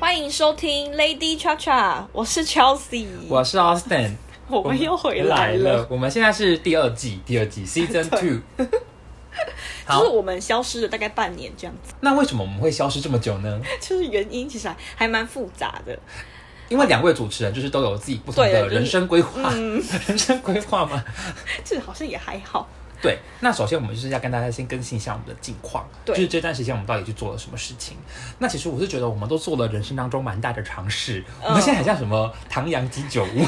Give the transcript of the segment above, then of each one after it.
欢迎收听 Lady Cha Cha，我是 Chelsea，我是 Austin， 我们又回来了了。。我们现在是第二季，第二 季 Season Two。好就是，我们消失了大概半年这样子， 那为什么我们会消失这么久呢？就是原因其实还还蛮复杂的。 因为两位主持人就是都有自己不同对的就是嗯人生规划， 人生规划嘛。这好像也还好，对，那首先我们就是要跟大家先更新一下我们的近况，对就是这段时间我们到底去做了什么事情。那其实我是觉得我们都做了人生当中蛮大的尝试，我嗯们现在很像什么唐扬鸡酒屋，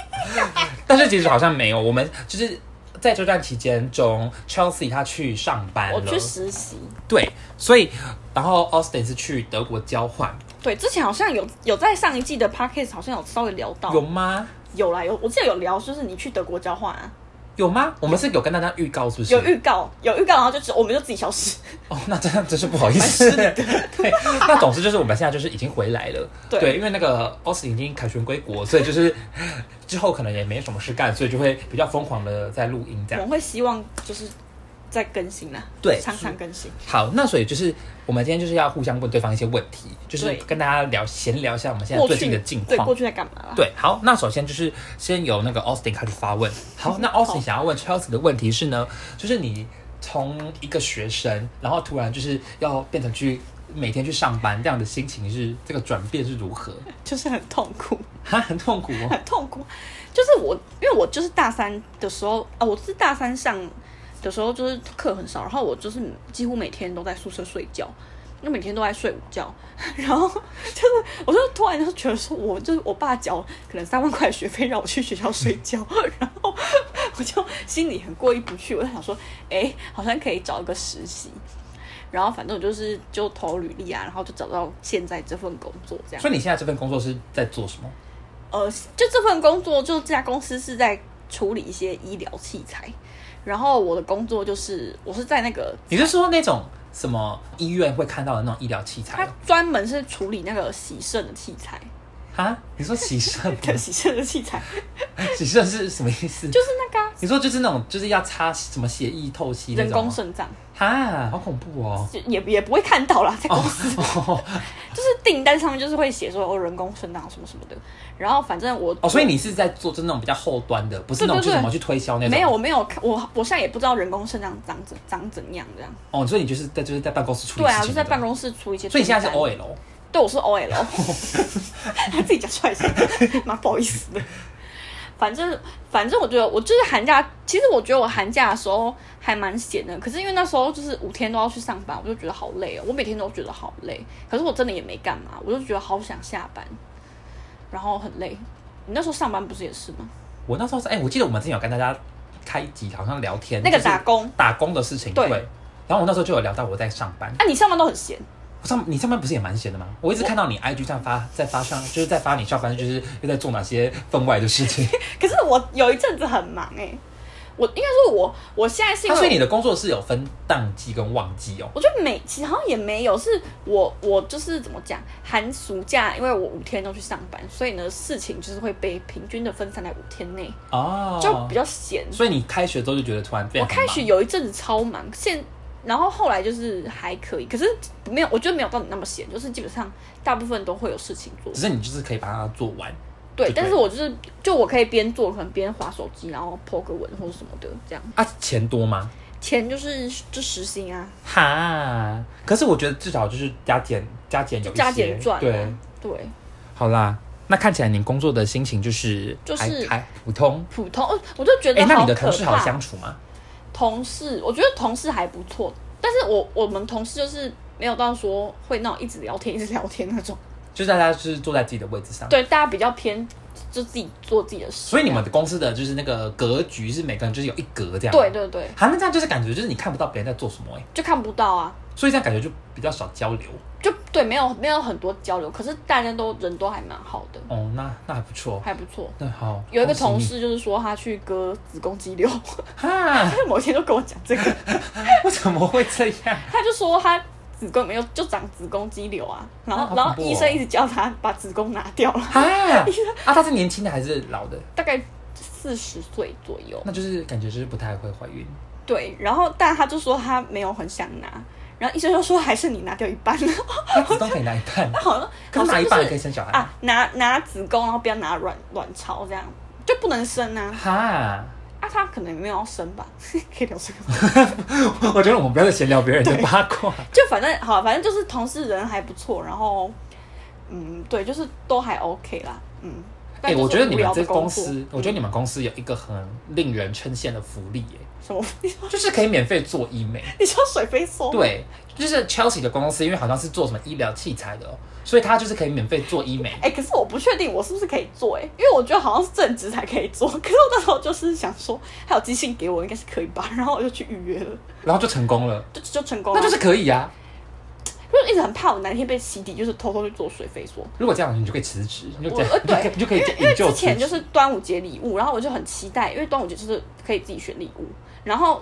但是其实好像没有，我们就是。在这段期间中，Chelsea 她去上班我了去，实习。对，所以然后 Austin 是去德国交换，对，之前好像有有在上一季的 podcast 好像有稍微聊到，有吗？有啦有，我记得有聊，就是你去德国交换啊，有吗？我们是有跟大家预告，是不是？有预告有预告，然后就只我们就自己消失。哦，那真的真是不好意思。 对，那总之就是我们现在就是已经回来了，对因为那个奥斯汀已经凯旋归国，所以就是 之后可能也没什么事干，所以就会比较疯狂的在录 音这我样们。会希望就是再更新啦，对常常更新。好，那所以就是我们今天就是要互相问对方一些问题，就是对跟大家聊闲聊一下我们现在过最去近的近对，况过。去在干嘛啦？对，好，那首先就是先由那个 Austin 开始发问。好， 那 Austin 想要问 Chelsea 的问题是呢，就是你从一个学生，然后突然就是要变成去每天去上班，这样的心情是这个转变是如何？ 就是很痛苦，哈，很痛苦 哦。很痛苦。就是我，因为我就是大三的时候啊，我是大三上的时候，就是课很少，然后我就是几乎每天都在宿舍睡觉，就每天都在睡午觉， 然后就是我就突然就觉得说我，就是我爸缴可能三万块的学费让我去学校睡觉， 然后我就心里很过意不去，我就想说，哎，好像可以找一个实习。然后反正我就是就投履历啊，然后就找到现在这份工作这样。所以你现在这份工作是在做什么？呃，就这份工作，就这家公司是在处理一些医疗器材，然后我的工作就是我是在那个，你是说那种什么医院会看到的那种医疗器材它哦？专门是处理那个洗肾的器材，哈，你说 洗肾吗？对，洗肾的器材 洗肾是什么意思？就是那个啊、你说就是那种就是要擦什么血液透析那人种工吗？肾脏，哈，好恐怖 哦。 就也也不会看到啦，在公司、哦，就是订单上面就是会写说哦人工肾脏什么什么的，然后反正我哦，所以你是在做就那种比较后端的，不是那种对对就对怎么去推销那种。没有，我没有看，我我现在也不知道人工肾脏长怎长怎样这样。哦，所以你就是在就是在办公室处理对啊，事就情在办的。公室出一些。所以你现在是偶 OL，对，我是 OL，还自己讲出 来一下，蛮不好意思的。反正反正，我觉得我就是寒假，其实我觉得我寒假的时候还蛮闲的，可是因为那时候就是五天都要去上班，我就觉得好累哦，我每天都觉得好累，可是我真的也没干嘛，我就觉得好想下班，然后很累。你那时候上班不是也是吗？我那时候是哎、我记得我们之前有跟大家开一集好像聊天，那个就是打工打工的事情，对然后我那时候就有聊到我在上班，啊，你上班都很闲，我上你上班不是也蛮闲的吗？我一直看到你 IG 上发在发上，就是在发你上班就是又在做哪些分外的 事情。可是我有一阵子很忙哎、我应该说我我现在是因那为啊所以你的工作是有分淡季跟旺季哦。我觉得每其实好像也没有，是我我就是怎么讲，寒暑假，因为我五天都去上班，所以呢事情就是会被平均的分散在五天内，哦，就比较闲。所以你开学之后就觉得突然变我很开忙学有一阵子超忙，现然后后来就是还可以，可是没有，我觉得没有到你那么闲，就是基本上大部分都会有事情做只。是你就是可以把它做完。对就对，但是我就是就我可以边做，可能边划手机，然后 po 个文或者什么的，这样啊，钱多吗？钱就是就实薪啊，哈，可是我觉得至少就是加减加减有一些加减赚、啊。对，对。好啦，那看起来你工作的心情就是就是还还普通。普通，哦我就觉得哎、那你的可同事好怕相处吗？同事，我觉得同事还不错，但是我我们同事就是没有到说会那种一直聊天一直聊天那种，就是大家就是坐在自己的位置上。对，大家比较偏就自己做自己的事。所以你们的公司的就是那个格局是每个人就是有一格这样。对。对对，好，那这样就是感觉就是你看不到别人在做什么哎、就看不到啊，所以这样感觉就比较少交流。就对，没有没有很多交流，可是大家都人都还蛮好的，哦，那那还不错。还不错。那好，有一个恭同喜事就是说他去割子宫肌瘤， 你哈， 某一天就跟我讲这个，为什么会这样？他就说他子宫里面就就长子宫肌瘤啊，然啊好后恐然后怖哦医 生一直叫他把子宫拿掉了，哈，啊，他是年轻的还是老的？大概四十岁左右，那就是感觉就是不太会怀孕。对，然后但他就说他没有很想拿，然后医生就说还是你拿掉一半， 那子宫可以拿一半，好了，可好是拿像一就半是也可以生小孩。啊，拿拿子宫，然后不要拿卵卵巢，这样就不能生啊。哈，啊，他可能没有要生吧， 可以聊这个吗。 我觉得我们不要再闲聊别人的八 卦。就反正好，反正就是同事人还不错，然后嗯，对，就是都还 OK 啦，嗯。哎、但就是我觉得你无们聊这的嗯工公作司，我觉得你们公司有一个很令人称羡的福利耶、嗯什么？ 你说就是可以免费做医美。你说水飞梭？，对，就是 Chelsea 的公司，因为好像是做什么医疗器材的、哦，所以他就是可以免费做医美。 哎、可是我不确定我是不是可以做、哎，因为我觉得好像是正职才可以做，可是我那时候就是想说，还有寄信给我，应该是可以吧，然后我就去预约了，然后就成功了，就就成功了。那就是可以啊。就是一直很怕我哪天被洗底，就是偷偷去做水飞梭。如果这样，你就可以辞职，你就我这样呃，你对就可以，你就可以因为引咎之辞前就职是端午节礼物，然后我就很期待，因为端午节就是可以自己选礼物，然后，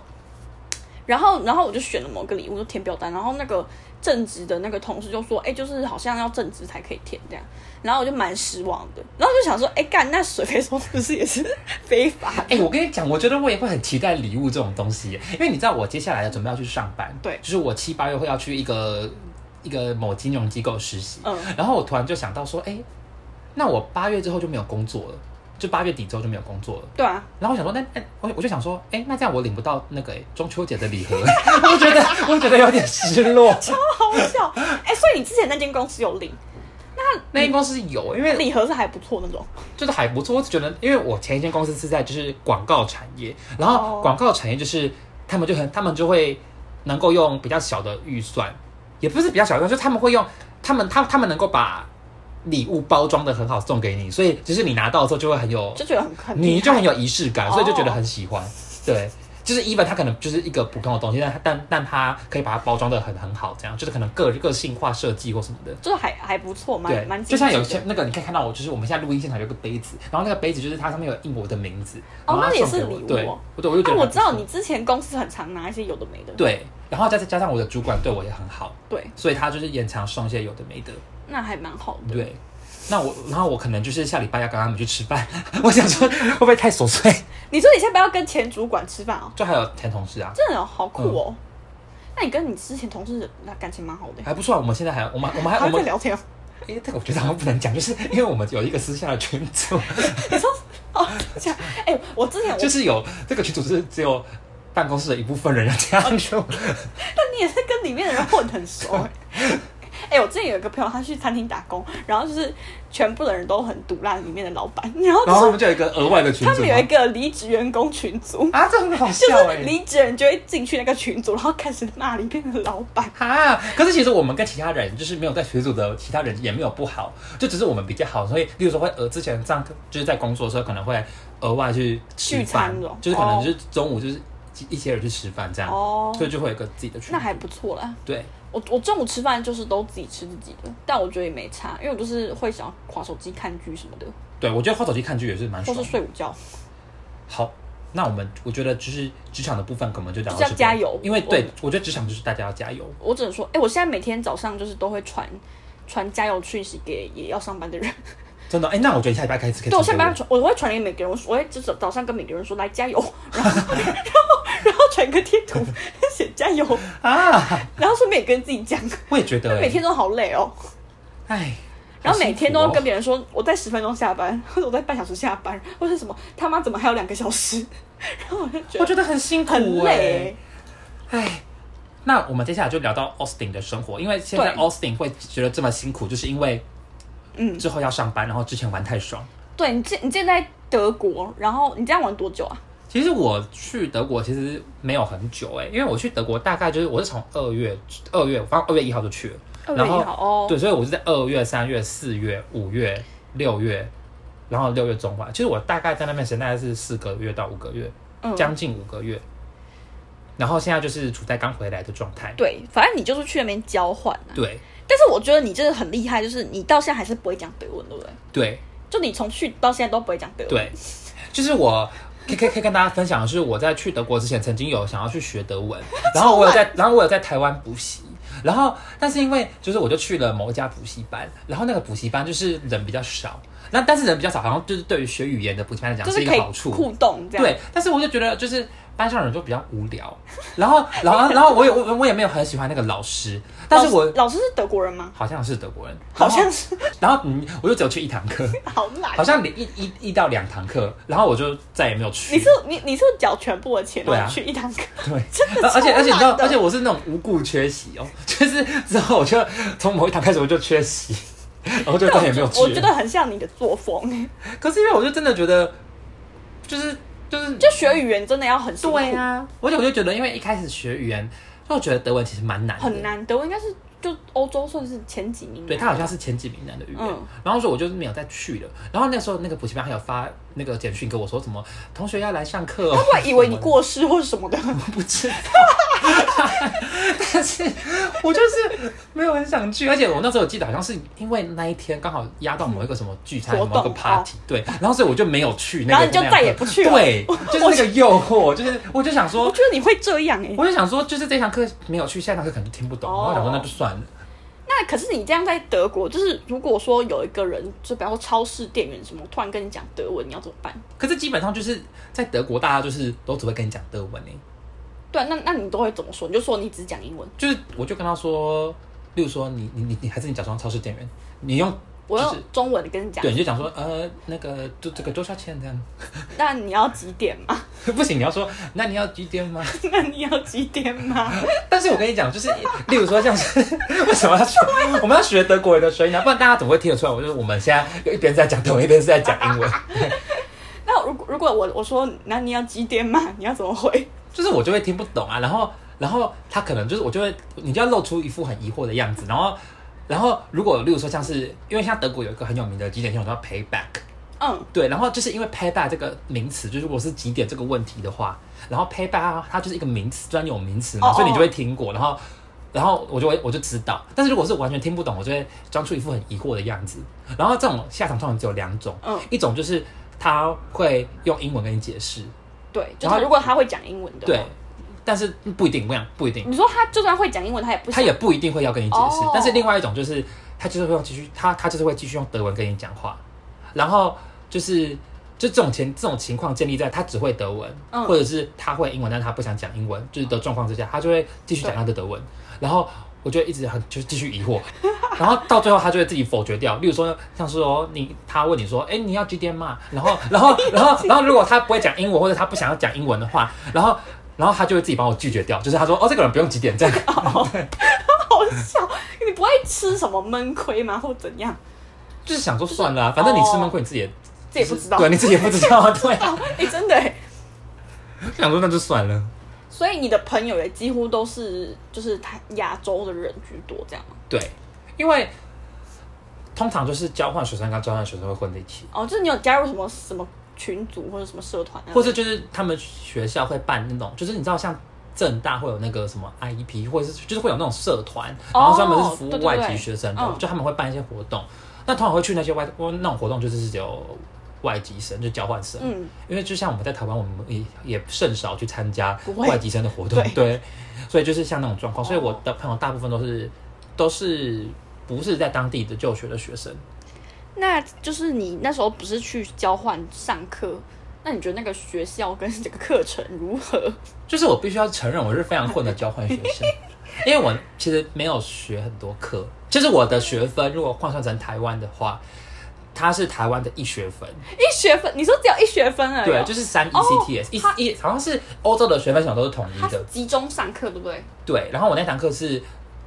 然后，然后我就选了某个礼物，就填表单，然后那个正职的那个同事就说，哎、就是好像要正职才可以填这样，然后我就蛮失望的，然后就想说，哎、干，那水飞梭是不是也是 非法？哎、我跟你讲，我觉得我也会很期待礼物这种东西耶，因为你知道我接下来准备要去上班，对就是我七八月会要去一个一个某金融机构实习，嗯然后我突然就想到说，哎、那我八月之后就没有工作了，就八月底之后就没有工作了。对啊，然后我想说，那那我我就想说，哎、那这样我领不到那个、哎中秋节的礼盒， 我就觉得我觉得有点失落。哦好笑，哎、所以你之前那间公司有领那间公司有，因为礼盒是还不错那种，就是还不错。我只觉得，因为我前一间公司是在就是广告产业，然后哦广告产业就是他们就很他们就会能够用比较小的预算，也不是比较小的预算，就是他们会用他们他他们能够把礼物包装的很好送给你，所以只是你拿到的时候就会很有就觉得很很你厉就害很有仪式感，所以就觉得哦很喜欢。 对，就是 even 它可能就是一个普通的东西，但它但但它可以把它包装的很很好，这样就是可能个个性化设计或什么的。就是还还不错，蛮对蛮，就像有精致些的那个，你可以看到我，就是我们现在录音现场有一个杯子，然后那个杯子就是它上面有印我的名字，哦然后它那也送给是我礼物对哦，我对我就觉啊，得我很不知道错你之前公司很常拿一些有的没的，对，然后再加上我的主管对我也很好，对，所以他就是也常送一些有的没的，那还蛮好的。对。那我，然后我可能就是下礼拜要跟他们去吃饭， 我想说会不会太琐碎？ 你说你现在不要跟前主管吃饭哦，就还有前同事啊，真的哦好酷哦。嗯那你跟你之前同事那感情蛮好的，欸还不错、啊。我们现在还，我们我们还我还会们在，聊天 哦。哎、这个我觉得好像不能讲，就是因为我们有一个私下的群组， 你说哦，这样哎，我之前我就是有这个群组是只有办公室的一部分人要这样哦 说。那你也是跟里面的人混得很熟 哎。哎，我之前有一个朋友，他去餐厅打工，然后就是全部的人都很毒辣里面的老板，然后 然后就他们是就有一个额外的群他组们吗，有一个离职员工群组，啊，这很好就笑哎、是离职人就会进去那个群组，然后开始骂里面的老板。啊！可是其实我们跟其他人就是没有在学组的其他人也没有不好，就只是我们比较好，所以例如说会呃之前上课就是在工作的时候可能会额外去吃聚饭餐哦，就是可能就是中午就是一些人去吃饭这样，哦所以就会有一个自己的群组。那还不错啦。对，我我中午吃饭就是都自己吃自己的，但我觉得也没差，因为我就是会想要划手机、看剧什么的，对我觉得花手机看剧也是蛮或爽是的。睡午觉。好。那我们我觉得就是职场的部分，可能就聊到就是要这边加油因为我对我觉得职场就是大家要加油。我只能说，哎、我现在每天早上就是都会传传加油讯息给也要上班的人。真的，哎、那我觉得你下礼拜开始可以对，我传下给班传，我会传给每个人，我我会就是早上跟每个人说来加油， 然后然后然后传个贴图写加油，啊，然后顺便也跟自己讲，我也觉得、哎每天都好累哦。哎，然后每天都要跟别别人说，我在十分钟下班，或者我在半小时下班，或者什么他妈怎么还有两个小时？然后我就觉我得觉得很辛苦、很累、欸。哎。哎，那我们接下来就聊到 Austin 的生活，因为现在对 Austin 会觉得这么辛苦，就是因为嗯之后要上班，然后之前玩太爽。对你现你现在在德国，然后你这样玩多久啊？其实我去德国其实没有很久哎、因为我去德国大概就是我是从二月二月，反正二月一号就去了，二月然一后号哦对，所以我是在二月、三月、四月、五月、六月，然后六月中回来。其实我大概在那边时间大概是四个月到五个月，嗯，将近五个月。然后现在就是处在刚回来的状态。对，反正你就是去那边交换、啊。对但是我觉得你真的很厉害，就是你到现在还是不会讲德文，对不对？对就你从去到现在都不会讲德文。对，就是我可以可以可以跟大家分享的是，我在去德国之前曾经有想要去学 德文，然后我有在，然后我有在台湾补习。然后，但是因为就是我就去了某一家补习班，然后那个补习班就是人比较少，那但是人比较少，好像就是对于学语言的补习班来讲就是一可个以好处。互动这样。对，但是我就觉得就是班上人就比较无聊，然后然后然后我也我我也没有很喜欢那个老师，但是老师我老师是德国人吗？好像是德国人，好像是，然后，然后嗯，我就只有去一堂 课，好懒。好像连一一一到两堂课，然后我就再也没有去。你是你你是缴全部的钱对啊然后去一堂课？对，真的而且超而且你知道懒，的而且我是那种无故缺席哦， 就是之后我就从某一堂开始我就缺席， 然后就再也没有去。我觉得很像你的作风，可是因为我就真的觉得，就是就是就学语言真的要很辛苦，对啊，而且我就觉得，因为一开始学语言，就我觉得德文其实蛮难的，很。难得。我应该是就欧洲算是前几名吧，对，它好像是前几名难的语言，嗯然后所以我就是没有再去了。然后那时候那个补习班还有发那个简讯给我说，什么同学要来上课、哦，他会以为你过世或者什么的，不知道，但是我就是没有很想去，而且我那时候我记得好像是因为那一天刚好压到某一个什么聚餐、活动哦某个 party，对，然后所以我就没有去那个，然后你就再也不去了 对，就是那个诱惑，就是我就想我说，觉得你会这样哎、我就想说，就是这堂课没有去，下一堂课可能就听不懂，然后哦我想说那就算了，那可是你这样在德国，就是如果说有一个人，就比方说超市店员什么，突然跟你讲德文，你要怎么办？可是基本上就是在德国，大家就是都只会跟你讲德文诶，欸对啊，那那你都会怎么说？你就说你只讲英文。就是我就跟他说，例如说你你你你还是你假装超市店员，你用。我就用是中文跟你讲对，，你就讲说，呃，那个，就这个多少钱这样？那你要几点吗？ 不行，你要说，那你要几点吗？ 那你要几点吗？但是我跟你讲，就是例如说像是 为什么要学，我们要学德国人的声音啊，不然大家怎么会听得出来？我就是我们现在有一边是在讲德文，一边是在讲英文， 那如果如果我我说那你要几点嘛？你要怎么回？就是我就会听不懂啊。然后，然后他可能就是我就会，你就要露出一副很疑惑的样子。然后，然后如果例如说像是，因为像德国有一个很有名的几点系统叫 payback，嗯，对，然后就是因为 payback 这个名词，就是如果是几点这个问题的话，然后 payback 它它就是一个名词，专有名词嘛，哦哦所以你就会听过，然后然后我就会我就知道，但是如果是完全听不懂，我就会装出一副很疑惑的样子。然后这种下场通常只有两种，嗯一种就是他会用英文跟你解释，对，就然后是如果他会讲英文的，对，，但是不一定，我想不一定，你说他就算会讲英文，他也不他想也不一定会要跟你解释。哦但是另外一种就是，他就是会用继续，他他就是会继续用德文跟你讲话，然后就是就这种情这种情况建立在他只会德文，嗯或者是他会英文，但是他不想讲英文，就是的状况之下，他就会继续讲他的德文，然后。我就一直很就是继续疑惑， 然后到最后他就会自己否决掉。例如说，像是说你他问你说，哎、你要几点嘛？然后然后然后然后如果他不会讲英文或者他不想要讲英文的话，然后然后他就会自己帮我拒绝掉，就是他说哦这个人不用几点这样，好笑。你不会吃什么闷亏吗？或怎样？就是想说算了啊、反正你吃闷亏你自己也哦这也不知道。 对，你自己也不知道啊，对啊，啊，哎、真的哎。想说那就算了，所以你的朋友也几乎都是就是他亚洲的人居多，这样吗对，因为通常就是交换学生跟交换学生会混在一起，哦，就是你有加入什么什么群组或者什么社团那种，啊或者就是他们学校会办那种，就是你知道像。正大会有那个什么 IEP，或者是就是会有那种社团，哦然后专门是服务外对对籍对学生的，嗯就他们会办一些活动。那通常会去那些外那种活动，就是只有外籍生，就交换生。嗯，因为就像我们在台湾，我们也也甚少去参加不会外籍生的活动，对对，所以就是像那种状况，所以我哦的朋友大部分都是都是不是在当地的就学的学生，那就是你那时候不是去交换上课，那你觉得那个学校跟这个课程如何？就是我必须要承认我是非常混的交换学 生，因为我其实没有学很多课，就是我的学分如果换算成台湾的话，它是台湾的一学分，一学分，你说只有一学分而已哦，对，啊就是三 E 哦 ECTS，一它一好像是欧洲的学分系统都是统一他的是，集中上课，对不对？对，然后我那堂课是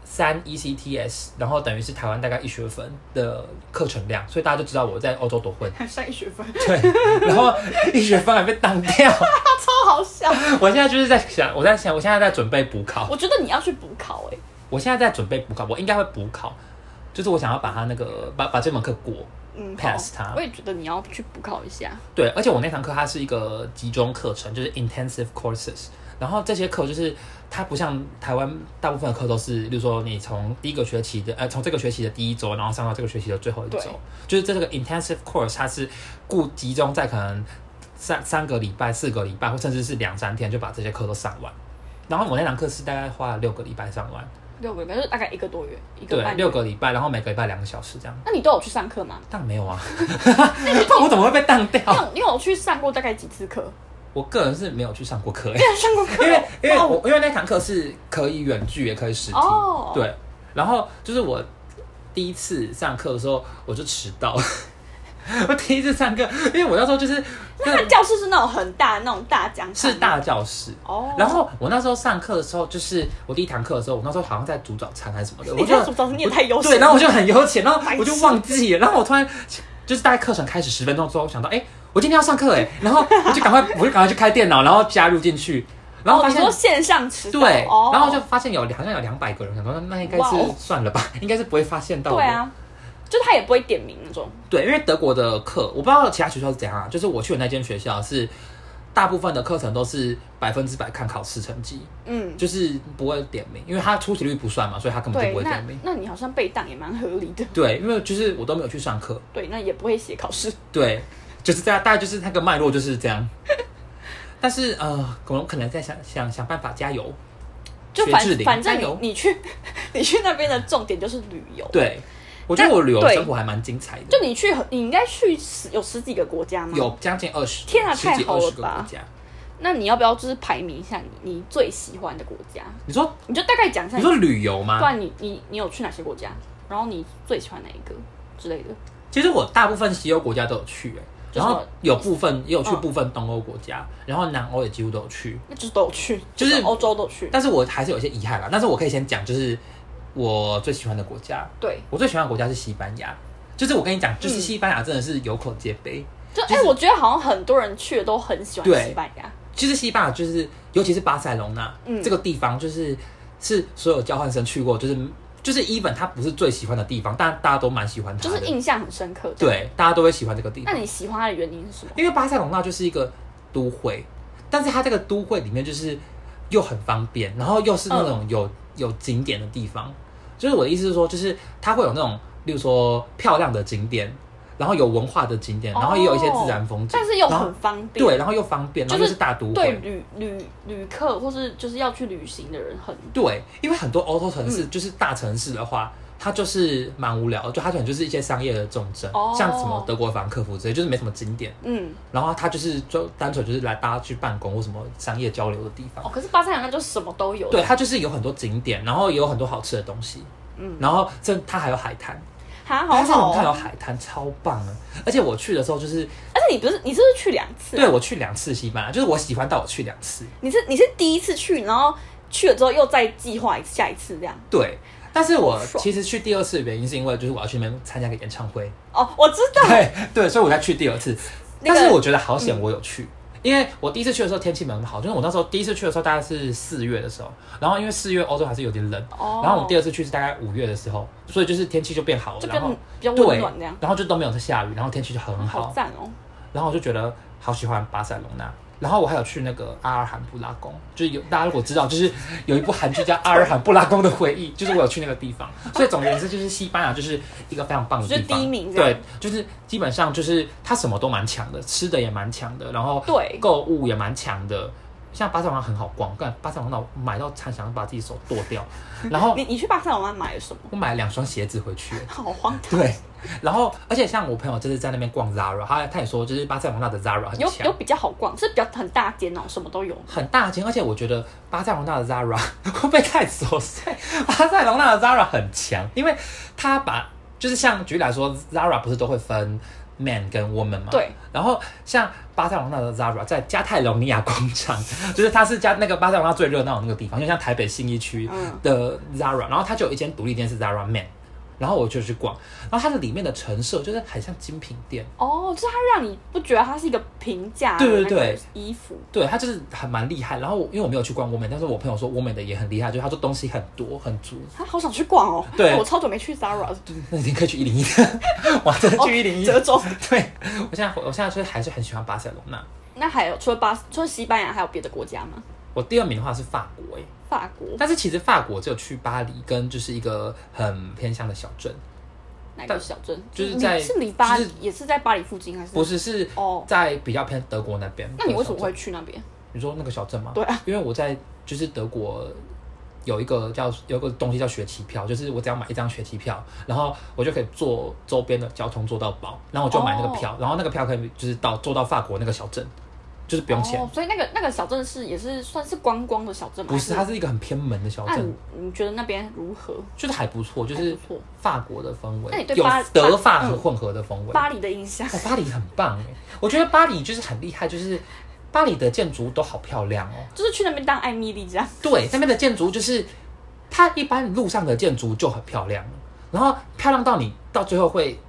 三 E ECTS，然后等于是台湾大概一学分的课程量，所以大家就知道我在欧洲多 混。还上一学分，对，然后一学分还被当掉。超好笑。我现在就是在想，我在想，我现在在准备补考，我觉得你要去补考哎、我现在在准备补考，我应该会补考，就是我想要把它那个把把这门课过。嗯 Pass 好它我也觉得你要去补考一下。对，而且我那堂课它是一个集中课程，就是 intensive courses。然后这些课就是它不像台湾大部分的课都是，例如说你从第一个学期的，呃，从这个学期的第一周，然后上到这个学期的最后一周对，就是这个 intensive course 它是固集中在可能三三个礼拜、四个礼拜，或甚至是两三天就把这些课都上完。然后我那堂课是大概花了六个礼拜上完，六个月，就是大概一个多月，一个对，半六月。个礼拜，然后每个礼拜两个小时这样。那你都有去上课吗？当然没 有啊，但我怎么会被当你掉？ 有你有去上过大概几次课？我个人是没有去上过课、欸你，有上过课？ 因为因为哦我因为那堂课是可以远距也可以实体，哦对。然后就是我第一次上课的时候，我就迟到。 我第一次上课，因为我那时候就是那他教室是那种很大的那种大讲堂是吗大教室。哦。然后我那时候上课的时候，就是我第一堂课的时候，我那时候好像在煮早餐还是什么的，你我就在主张你也太优秀对，然后我就很悠闲，然后白痴我就忘记了，然后我突然就是大概课程开始十分钟之后，我想到哎、诶我今天要上课哎、诶然后我就赶快我就赶快去开电脑，然后加入进去，然后哦，发你现、说线上迟到对，哦、然后就发现有好像有两百个人，想说那那应该哇是哦算了吧， 应该是不会发现到我对啊，就是他也不会点名那种。对，因为德国的课，我不知道其他学校是怎样啊，就是我去的那间学校是大部分的课程都是百分之百看考试成绩，嗯，就是不会点名，因为它出席率不算嘛，所以它根本就对不，会那点名。那你好像被当也蛮合理的。对，因为就是我都没有去上课，对，那也不会写考试。对，就是这样，大概就是那个脉络就是这样。 但是呃，我们可能在想想想办法加油，就学反制林反正加油你你去 你去那边的重点就是旅游。，对，我觉得但我旅游对生活还蛮精彩的，就你去很你应该去十有十几个国家吗？。有将近二嗯十，天啊十太几好二了十个国吧家。那你要不要就是排名一下你你最喜欢的国家？你说你就大概讲一下你你，说旅游吗？不然你你你有去哪些国家？然后你最喜欢哪一个之类的？其实我大部分西欧国家都有去、欸，就然什么后有部分也有去嗯部分东欧国家，然后南欧也几乎都有去，那就是都有去，就是欧洲都有去。但是我还是有一些遗憾啦。但是我可以先讲，就是我最喜欢的国家，对，我最喜欢的国家是西班牙。就是我跟你讲，就是嗯西班牙真的是有口皆碑。就哎、我觉得好像很多人去的都很喜对欢西班牙。其实西班牙就是，尤其是巴塞隆纳、嗯这个地方，就是是所有交换生去过，就是就是 even 它不是最喜欢的地方，但大家都蛮喜欢它就的，是印象很深刻。，对，大家都会喜欢这个地那方。你喜欢它的原因是什么？因为巴塞隆纳就是一个都会，但是它这个都会里面就是又很方便，然后又是那嗯种有、有景点的地方。就是我的意思是说，就是它会有那种，例如说漂亮的景点，然后有文化的景点，然后也有一些自然风景，哦但是又然后很方便。对，然后又方便，然后又是大都会。对旅旅旅客或是就是要去旅行的人很对，因为很多欧洲城嗯市、就是大城市的话，它就是蛮无聊的，就它可能就是一些商业的重镇，哦像什么德国法兰克福之类，就是没什么景点。嗯然后它就是就单纯就是来大家去办公或什么商业交流的地方。哦，可是巴塞罗那就什么都有。对，，它就是有很多景点，然后也有很多好吃的东西。嗯，然后这它还有海滩，哈好巴塞好隆它有哦。海滩，超棒的。而且我去的时候就是，而且你不是你是不是去两次？啊对，我去两次西班牙，就是我喜欢到我去两次。你是你是第一次去，然后去了之后又再计划一次下一次这样。对，但是我好爽其实去第二次的原因是因为就是我要去那边参加个演唱会，哦，我知道， 对对，所以我才去第二次。那个嗯但是我觉得好险，我有去。因为我第一次去的时候天气没很好，就是我那时候第一次去的时候大概是四月的时候，然后因为四月欧洲还是有点冷，哦然后我们第二次去是大概五月的时候，所以就是天气就变好了，就比然较后比较温对暖这样，，然后就都没有在下雨，然后天气就很好，好赞哦。然后我就觉得好喜欢巴塞隆纳。然后我还有去那个阿尔罕布拉宫，就是有大家如果知道，就是有一部 韩剧叫《阿尔罕布拉宫的回忆》，就是我有去那个地方。所以总而言之，就是西班牙就是一个非常棒的地方，就是第一名这对样，就是基本上就是它什么都蛮强的，吃的也蛮强的，然后对购物也蛮强的。像巴塞罗那很好逛，干巴塞罗那我买到差点想把自己手剁 掉。然后你你去巴塞罗那买了什么？ 我买了两双鞋子回去，好荒唐，对。然后而且像我朋友就是在那边逛 Zara，他他也说就是巴塞罗那的 Zara 很有强有。比较好逛，是比较很大间哦，什么都有。很大间，而且我觉得巴塞隆纳的 Zara 会被太琐碎。巴塞隆纳的 Zara 很强，因为它把就是像举例来说，Zara 不是都会分 man 跟 woman 吗？对。然后像巴塞隆纳的 Zara 在加泰隆尼亚广场，就是它是加那个巴塞隆纳最热闹的那个地方，就像台北信义区嗯的 Zara，、然后它就有一间独立店是 Zara man。然后我就去逛，然后它的里面的陈设就是很像精品店，哦，就是它让你不觉得它是一个平价的对对那个对衣服，对，它就是还蛮厉害。然后我因为我没有去逛 woman，但是我朋友说 woman 的也很厉害，就是他说东西很多很足， 他好想去逛哦。对我超久没去 Zara，那你可以去一零一，哇，真的 去一零一。哦折中。 对，我现在我现在就是还是很喜欢巴塞隆纳。那还有除了巴，除了西班牙，还有别的国家吗？我第二名的话是法国诶，法国但是其实法国只有去巴黎跟就是一个很偏乡的小镇，哪个小镇？就是离在是离巴就黎，也是在巴黎附近还是？不是是哦在比较偏德国那边。那你为什么会？去那边？啊你说那个小镇吗？对啊，因为我在就是德国有一个叫有一个东西叫学期票，就是我只要买一张学期票，然后我就可以坐周边的交通坐到饱，然后我就买那个哦票，然后那个票可以就是到坐到法国那个小镇，就是不用钱。哦，所以那个那个小镇是也是算是观光的小镇吗？不是，它还是一个很偏哦门的小那镇你，你觉得那边如何？就是还不错，就是还不错法国的氛那你围，对有巴德巴嗯法和混合的氛围。巴黎的印象哦，巴黎很棒哎，我觉得巴黎就是很厉害，就是巴黎的建筑都好漂亮哦。就是去那边当艾米丽这样。对，那边的建筑就是它一般路上的建筑就很漂亮，然后漂亮到你到最后会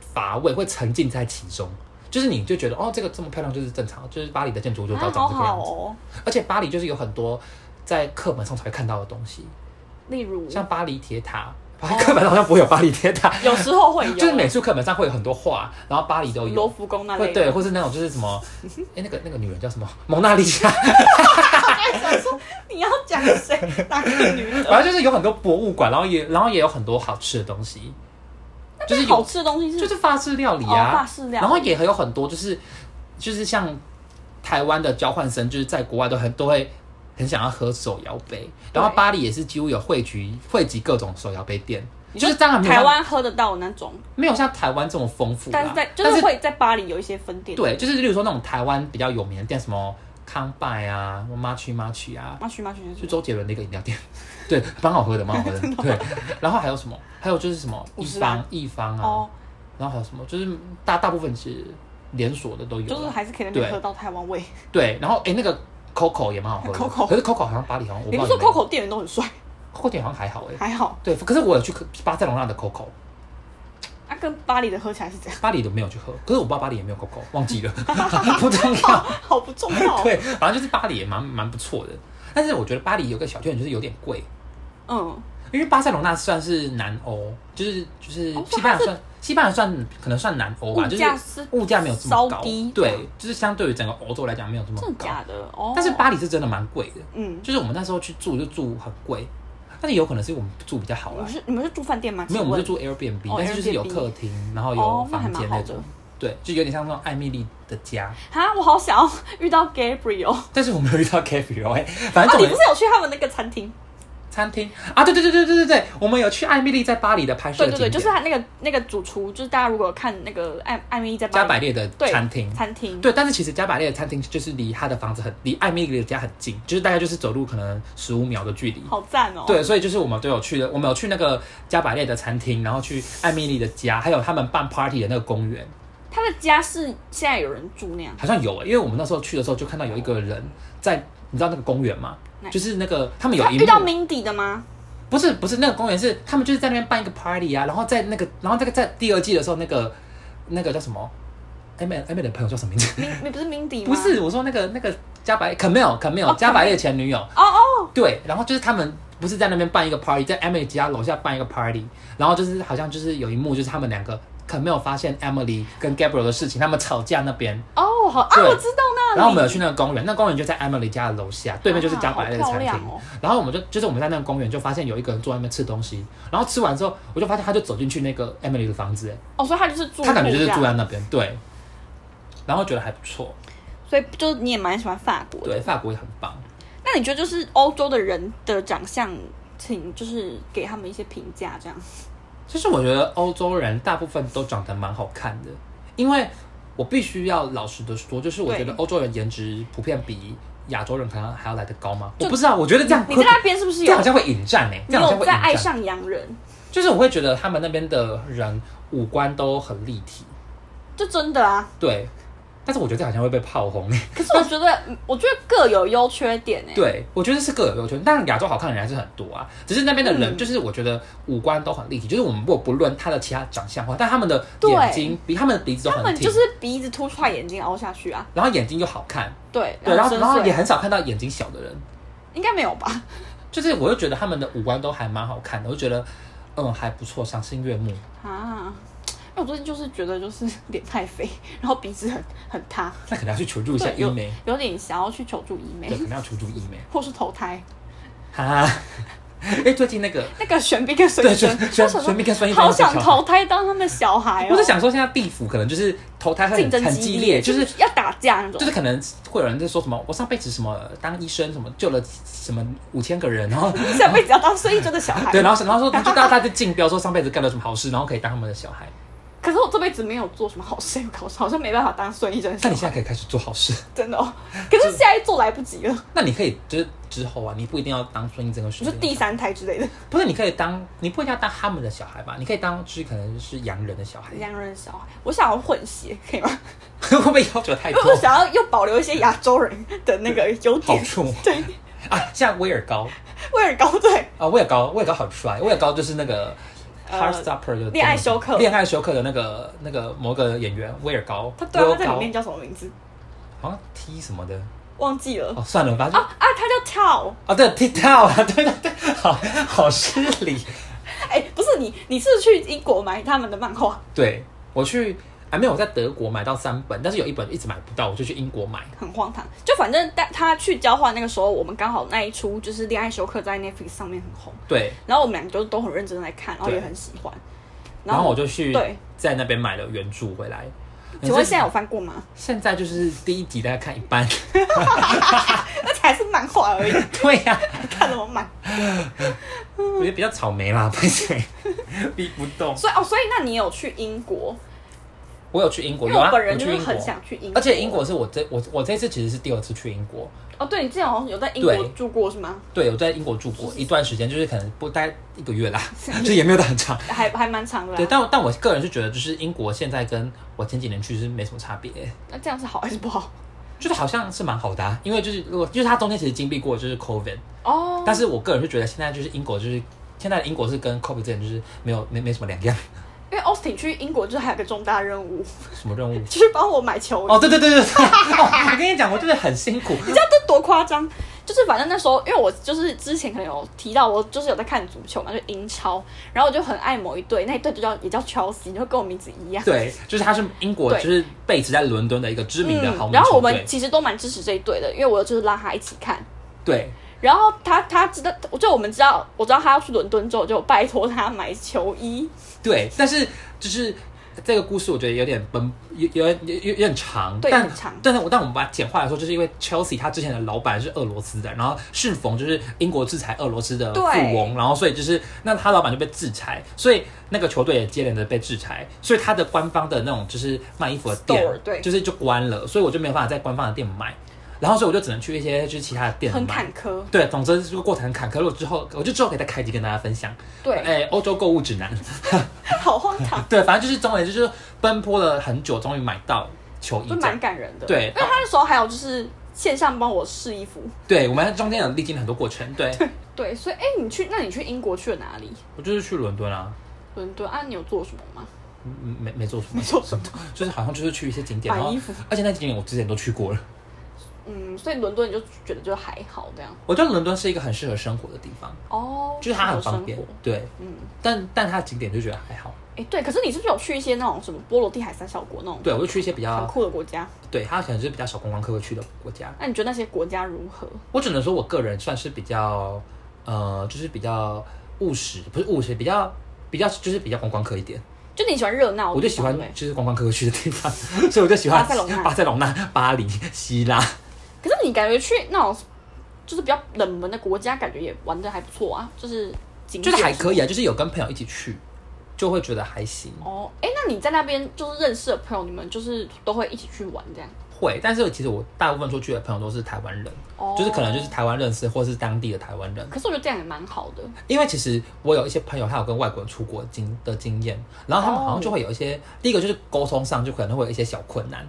乏味，会沉浸在其中。就是你就觉得哦，这个这么漂亮就是正常，就是巴黎的建筑就啊到好长这个好样子。哦，而且巴黎就是有很多在课本上才会看到的东西，例如像巴黎铁塔。 巴黎课本好像不会有巴黎铁塔，有时候 会有，就是美术课本上会有很多画，然后巴黎都有。罗浮宫那会类的。对，或是那种就是什 么，哎、那个那个女人叫什么？蒙娜丽莎，你要讲谁？哪个 女的？反正就是有很多博物馆，然后也然后也有很多好吃的东西，就是好有吃的东西是就是法式料理哦啊，法式料理然后也还有很多就是就是像台湾的交换生，就是在国外都很都会很想要喝手摇杯，然后对巴黎也是几乎有汇聚汇集各种手摇杯店，你就说是当然没有台像湾喝得到的那种，没有像台湾这么丰富啦，但是在就啊但是会在巴黎有一些分店。对，就是例如说那种台湾比较有名的店，什么康拜啊、妈去妈去啊，马去马去就周杰伦的一个饮料店，对，蛮好喝的，蛮好喝 的。对，然后还有什么？还有就是什么哦五一十岚方一方啊，哦，然后还有什么？就是大大部分是连锁的都有啦，就是还是可以在那边对喝到台湾味。对。然后哎、那个 Coco 也蛮好喝的 Coco 可是 Coco 好像巴黎好像我你不不知是道说有没有 Coco 店员都很帅， Coco 店好像还好哎、还好，对，可是我有去巴塞隆纳的 Coco，啊，跟巴黎的喝起来是这样， 巴黎的没有去喝，可是我不知道巴黎有没有 Coco，忘记了，不重要。好不重要。 对，反正就是巴黎也蛮蛮不错的，但是我觉得巴黎有个小缺点就是有点贵，嗯，因为巴塞罗那算是南欧，就是就是哦西班牙算、西班牙算可能算南欧吧，物就是价是物价没有这么稍高低，对，就是相对于整个欧洲来讲没有这么真的高。假的？哦，但是巴黎是真的蛮贵的，嗯，就是我们那时候去住就住很贵，但是有可能是因为我们住比较好你啦们，是你们是住饭店吗？没有我们就嗯请问住 Airbnb，、哦但是就是有 Airbnb 客厅，然后有哦那还房蛮间好那的种，对，就有点像那种艾米丽的家，哈，我好想要遇到 Gabriel 啊！但是我没有遇到 Cafe 哦、哎，反正你总不之是有去他们那个餐厅？餐厅啊，对对对对对对对，我们有去艾米丽在巴黎的拍摄对的对景对，点，就是他那个那个主厨，就是大家如果有看那个艾艾米丽在巴加黎百列的对餐厅，餐厅，对，但是其实加百列的餐厅就是离他的房子很，离艾米丽的家很近，就是大概就是走路可能十五秒的距离。好赞哦！对，所以就是我们都有去的，我们有去那个加百列的餐厅，然后去艾米丽的家，还有他们办 party 的那个公园，他的家是现在有人住那样，好像有欸，因为我们那时候去的时候就看到有一个人在，你知道那个公园吗哪？就是那个他们有他一遇到幕， Mindy 的吗？不是不是那个公园是他们就是在那边办一个 party 啊，然后在那个然后那个在第二季的时候那个那个叫什么？M M 的朋友叫什么名字？明你不是 Mindy 吗？ 不是，我说那个那个加百 Camille Camille 哦加百列前女友，哦哦，对，然后就是他们不是在那边办一个 party，在 Emily 家楼下办一个 party，然后就是好像就是有一幕就是他们两个可没有发现 Emily 跟 Gabriel 的事情，他们吵架那边，哦，好啊，对我知道那里。然后我们有去那个公园，那公园就在 Emily 家的楼下，对面就是加百列的餐厅，啊好漂亮哦然后我们就就是我们在那个公园就发现有一个人坐在那边吃东西，然后吃完之后我就发现他就走进去那个 Emily 的房子，哦，所以他就是住户他感觉就是这样住在那边，对，然后觉得还不错，所以就是你也蛮喜欢法国的。对，法国也很棒。那你觉得就是欧洲的人的长相，请就是给他们一些评价这样？其实我觉得欧洲人大部分都长得蛮好看的，因为我必须要老实的说，就是我觉得对欧洲人颜值普遍比亚洲人可能还要来得高吗？就我不知道，我觉得这样你会在那边是不是这有样好像会引战哎、欸，你这样好像有会在爱引战。上洋人？就是我会觉得他们那边的人五官都很立体，就真的啊。对。但是我觉得这好像会被炮 轰、欸，可是我觉得，嗯我觉得各有优缺点哎、对我觉得是各有优缺，但亚洲好看的人还是很多啊。只是那边的人嗯就是我觉得五官都很立体，就是我们不不论他的其他长相的话，但他们的对眼睛比他们的鼻子都他很们挺，就是鼻子凸出来，眼睛凹下去啊。然后眼睛又好看，对，对，然后深然后邃也很少看到眼睛小的人，应该没有吧？ 就是我就觉得他们的五官都还蛮好看的，我就觉得嗯还不错，赏心悦目。啊，因为我最近就是觉得就是脸太肥， 然后鼻子很很塌，那可能要去求助一下对，医有美，有点想要去求助医美对，可，能要求助医美，或是投胎。哈哈， 因为最近那个那个玄彬跟对水玄生，玄我想玄说彬跟孙艺好珍想投胎当他们小孩哦我，是想说，现在地府可能就是投胎会竞很争很激激烈，就是要打架那种，就是可能会有人在说什么，我上辈子什么当医生什么救了什么五千个人，然 后下辈子要当孙艺珍的小孩。 对，然后然后说就大家就竞标说上辈子干了什么好事，然后可以当他们的小孩。可是我这辈子没有做什么好事，我好像没办法当孙艺珍的小那孩你现在可以开始做好事，啊真的哦。可是现在做来不及 了，那你可以就是之后啊，你不一定要当孙艺珍和就徐是峥第三胎之类的，不是，你可以当你不一定要当他们的小孩吧，你可以当就是可能是洋人的小孩， 洋人的小孩，我想要混血，可以吗？会不会要求 太因多为？我想要又保留一些亚洲人的那个优 好点，处对，啊，像威尔高威尔高对，啊，威尔高，威尔高很帅，威尔高就是那个。呃 Heartstopper 的恋爱休克恋爱休克的那个那个某个演员威尔高，他对啊，威他尔在高里面叫什么名字？好像 T 什么的，忘记了。哦，算了，反正啊啊，他叫跳，啊，对 T t 啊， 对对对，好好失礼。哎，不是你，你是去英国买他们的漫画，对我去啊，没有，我在德国买到三本，但是有一本一直买不到，我就去英国买。很荒唐。就反正带他去交换那个时候，我们刚好那一出就是《恋爱休克》在 Netflix 上面很红，对，然后我们俩就都很认真地来看，然后对也很喜欢。然后我就去对，在那边买了原著回来。请问这现在有翻过吗？ 现在就是第一集大概看一半， 而且还是漫画而已，对呀、看那么慢。我觉得比较草莓啦，拍谁逼不动。所以哦，所以那你有去英国？我有去英国，因有为我啊，本人我就去是英很国，想去英国，而且英国是我这我我这次其实是第二次去英国，哦，对你之前好像有在英国对住过是吗？对，我在英国住过一段时间，就是可能不待一 个月啦，就也没有到很长。还还蛮长的啦。啊对，但我但我个人是觉得，就是英国现在跟我前几年去是没什么差别，那这样是好还是不好？就是好像是蛮好的、啊，因为就是如果就是它中间其实经历过就是 COVID，哦，但是我个人是觉得现在就是英国就是现在的英国是跟 COVID 之前就是没有没没什么两样，因为 Austin 去英国就是还有个重大任务， 什么任务？就是帮我买球衣。哦，对对对对对， 哦，我跟你讲，我真的很 辛苦，你知道这多夸张？就是反正那时候，因为我就是之前可能有提到，我就是有在看足球嘛，就英超，然后我就很爱某一队，那一队就叫也叫 Chelsea，就跟我名字一样。对，就是它是英国对嗯就是贝茨在伦敦的一个知名的豪门然后我球们队，其实都蛮支持这一队的，因为我就是拉他一起看。对，然后他他知道，我就我们知道，我知道他要去伦敦之后，就拜托他买球衣。对，但是就是这个故事，我觉得有点奔，有有有有有点长，对但很长但是我但我们把它简化来说，就是因为 Chelsea 他之前的老板是俄罗斯的，然后适逢就是英国制裁俄罗斯的富对翁，然后所以就是那他老板就被制裁，所以那个球队也接连的被制裁，所以他的官方的那种就是卖衣服的店 Store，对就是就关了，所以我就没有办法在官方的店买，然后所以我就只能去一些就是其他的店很买坎。坷，对，总之这个过程很坎坷。如果之后，我就之后可以再开集跟大家分享。对， 哎，欧洲购物指南。好荒 唐，对，反正就是中文就是奔波了很久，终于买到球衣就这蛮样。感人的。对因为他那时候还有就是线上帮我试衣服。对，我们中间有历经很多过程。对，对，所以哎、你去，那你去英国去了哪里？我就是去伦敦啊，伦敦啊，你有做什么吗？嗯没没做什么，没做什么， 就是好像就是去一些景点，买然后衣服而且那景点我之前都去过了。嗯，所以伦敦你就觉得就还好这样。我觉得伦敦是一个很适合生活的地方，哦，就是它很方便生活。对，嗯，但但它的景点就觉得还好。哎、对，可是你是不是有去一些那种什么波罗的海三小国那种对，我就啊去一些比很较，酷的国家？对，它可能是比较少观光客会去的国家。那你觉得那些国家如何？我只能说，我个人算是比较，呃，就是比较务实，不是务实，比较比较就是比较观光客一点。就你喜欢热闹，我就喜欢对不对就是观光客会去的地方， 所以我就喜欢欸巴塞隆纳巴塞隆纳、巴黎、希腊。可是你感觉去那种就是比较冷门的国家，感觉也玩的还不错啊，就是景就是还可以。以啊，就是有跟朋友一起去，就会觉得还行。哦，哎、那你在那边就是认识的朋友，你们就是都会一起去玩这样？会，但是其实我大部分说去的朋友都是台湾人，哦，就是可能就是。台湾认识或是当地的台湾人。可是我觉得这样也蛮好的，因为其实我有一些朋友，他有跟外国人出国经的经验，然后他们哦好像就会有一些，第一个就是沟通上就可能会有一些小困难，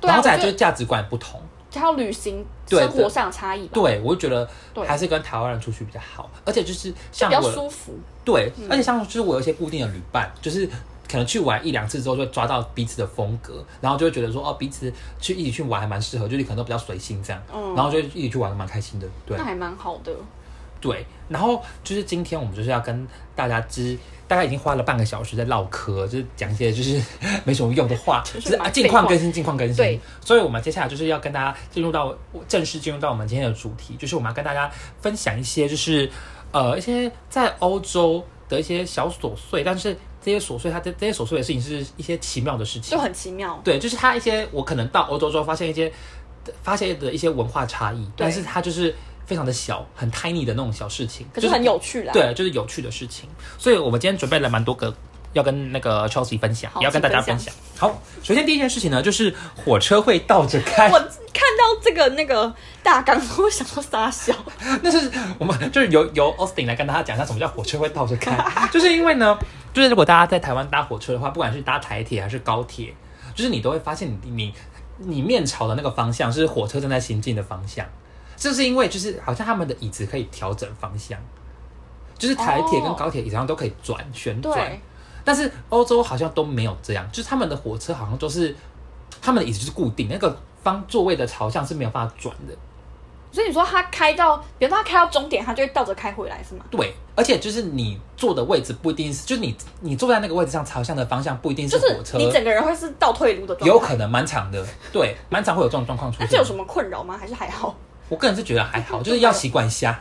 对然啊，后我再来觉就是得价值观不同。还有旅行对生活对上的差异吧，对，我就觉得对还是跟台湾人出去比较好，而且就是就像比较我舒服。对，而且像就是我有一些固定的旅伴，就是可能去玩一两次之后，就会抓到彼此的风格，然后就会觉得说哦，彼此去一起去玩还蛮适合，就是可能都比较随性这样，嗯然后就一起去玩的蛮开心的，对那还蛮好的。对。然后就是今天我们就是要跟大家知，大概已经花了半个小时在唠嗑，就是讲一些就是 没什么用的话，就就是是啊蛮近况更新，近况更对新。所以我们接下来就是要跟大家进入到正式进入到我们今天的主题，就是我们要跟大家分享一些就是。呃一些在欧洲的一些小琐碎，但是这些琐碎，它这这些琐碎的事情是一些奇妙的事情就，很奇妙。对，就是它一些我可能到欧洲之后发现一些发现的一些文化差异，但是它就是非常的小，很 tiny 的那种小事情，可就是很有趣啦。，对，就是有趣的事情。所以我们今天准备了蛮多个要跟那个 Chelsea 分享，好也要跟大家请分分享。享好，首先第一件事情呢，就是火车会倒着开我，看到这个那个大纲，我想说傻笑， 那是我们就是由由 Austin 来跟大家讲一下什么叫火车会倒着开，就是因为呢， 就是如果大家在台湾搭火车的话，不管是搭台铁还是高铁，就是你都会发现你你你面朝的那个方向是火车正在行进的方向，这是因为就是好像他们的椅子可以调整方向，就是台铁跟哦高铁椅子上都可以转旋转。对，但是欧洲好像都没有这样，就是他们的火车好像都是他们的椅子就是固定，那个方座位的朝向是没有办法转的。所以你说他开到，比如说他开到终点，他就会倒着开回来是吗？对，而且就是你坐的位置不一定是，就是你你坐在那个位置上朝向的方向不一定就火是车，你整个人会是倒退路的状态。有可能蛮长的， 对，蛮长会有这种状况出那现。这有什么困扰吗？还是还好？我个人是觉得还 好，就是要习惯一下。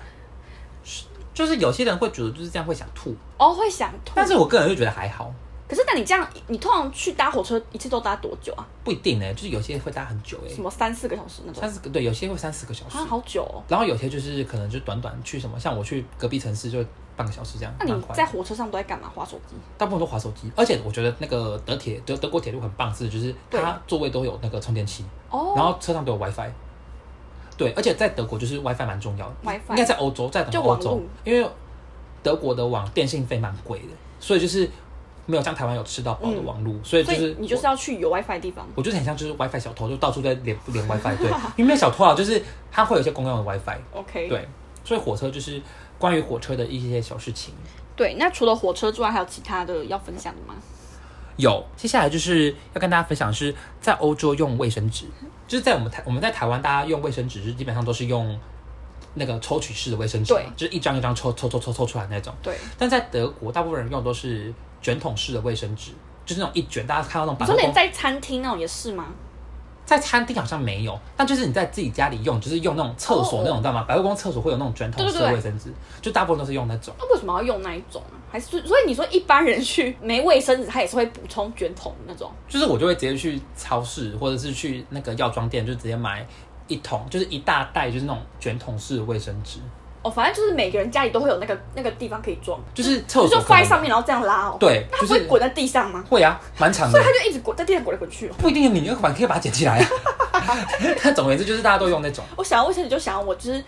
就是有些人会觉得就是这样会想吐，哦，会想吐。但是我个人就觉得还好，可是，那你这样，你通常去搭火车一次都搭多久啊？不一定呢、就是有些会搭很久哎、什么三四个小时那种？三四个对，有些会三四个小时啊，。好久哦。然后有些就是可能就短短去什么，像我去隔壁城市就半个小时这样，那蛮你快的在火车上都在干嘛？划手机？大部分都滑手机，而且我觉得那个德铁德德国铁路很棒是，就是它座位都有那个充电器，哦，然后车上都有 WiFi。对，而且在德国就是 WiFi 蛮重要的 WiFi 应该在欧洲，在整个就欧网洲路，因为德国的网电信费蛮贵的，所以就是没有像台湾有吃到饱的网路，所以就嗯所是以你就是我要去有 WiFi 的地方。我就是很像就是 WiFi 小偷，就到处在连 连 WiFi，对，因为没有小偷啊，就是它会有一些公用的 WiFi， OK，对，所以火车就是关于火车的一些小事情。对那除了火车之外，还有其他的要分享的吗？有，接下来就是要跟大家分享是在欧洲用卫生纸，就是在我们台我们在台湾，大家用卫生纸是基本上都是用那个抽取式的卫生纸嘛，对就是一张一张抽抽抽抽抽出来那种。对，但在德国，大部分人用的都是卷筒式的卫生纸，就是那种一卷，大家看到那种你百说货连公司。在餐厅那种也是吗？在餐厅好像没有，但就是你在自己家里用，就是用那种厕所那哦种，知道吗？百货公司厕所会有那种卷筒对式的对对卫生纸，就大部分都是用那种。那为什么要用那一种啊？还是所以你说一般人去没卫生纸，他也是会补充卷筒的那种？就是我就会直接去超市或者是去那个药妆店，就直接买一桶，就是一大袋，就是那种卷筒式的卫生纸，哦，反正就是每个人家里都会有那个那个地方可以装，就是厕就所嗯就可能放在上面，然后这样拉哦。对那它就是不会滚在地上吗？会啊，蛮长的所以。它就一直滚在地上滚来滚去哦。不一定你那款可以把它捡起来、 啊，但总而言之就是大家都用那种，我想要卫生纸，就想要我就是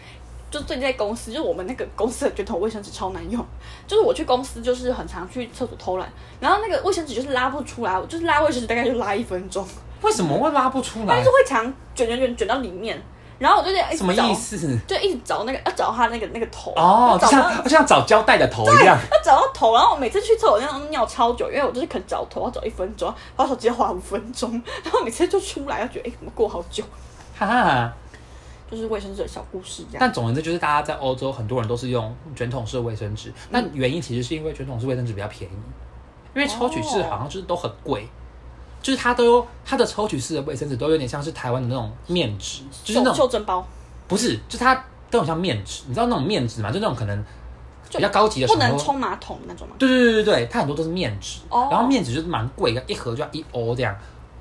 就最近在公司，就是我们那个公司的卷筒卫生纸超难用，就是我去公司就是很常去厕所偷懒，然后那个卫生纸就是拉不出来，我就是拉卫生纸大概就拉一分钟，为什么会拉不出它来就？会常卷卷卷卷到里面，然后我就在一什么直找意，思？就一直找那个要找它那个那个头哦，就要找到像就像找胶带的头一样，要 找到头，然后我每次去厕所那种尿超久，因为我就是可能找头要找一分钟， 把手机划五分钟，然后每次就出来，要觉得哎、诶怎么过好久，哈哈。就是卫生纸的小故事这样。但总而言之就是大家在欧洲很多人都是用卷筒式的卫生纸，那嗯原因其实是因为卷筒式卫生纸比较便宜，因为抽取式哦好像就是都很贵。就是它都有它的抽取式的卫生纸都有点像是台湾的那种面纸，就是那袖种袖珍包不是，就是它都很像面纸，你知道那种面纸吗？就那种可能比较高级的不时能候，冲马桶那种吗？啊对对对对对，它很多都是面纸，哦然后面纸就是蛮贵，一盒就要一哦欧这样，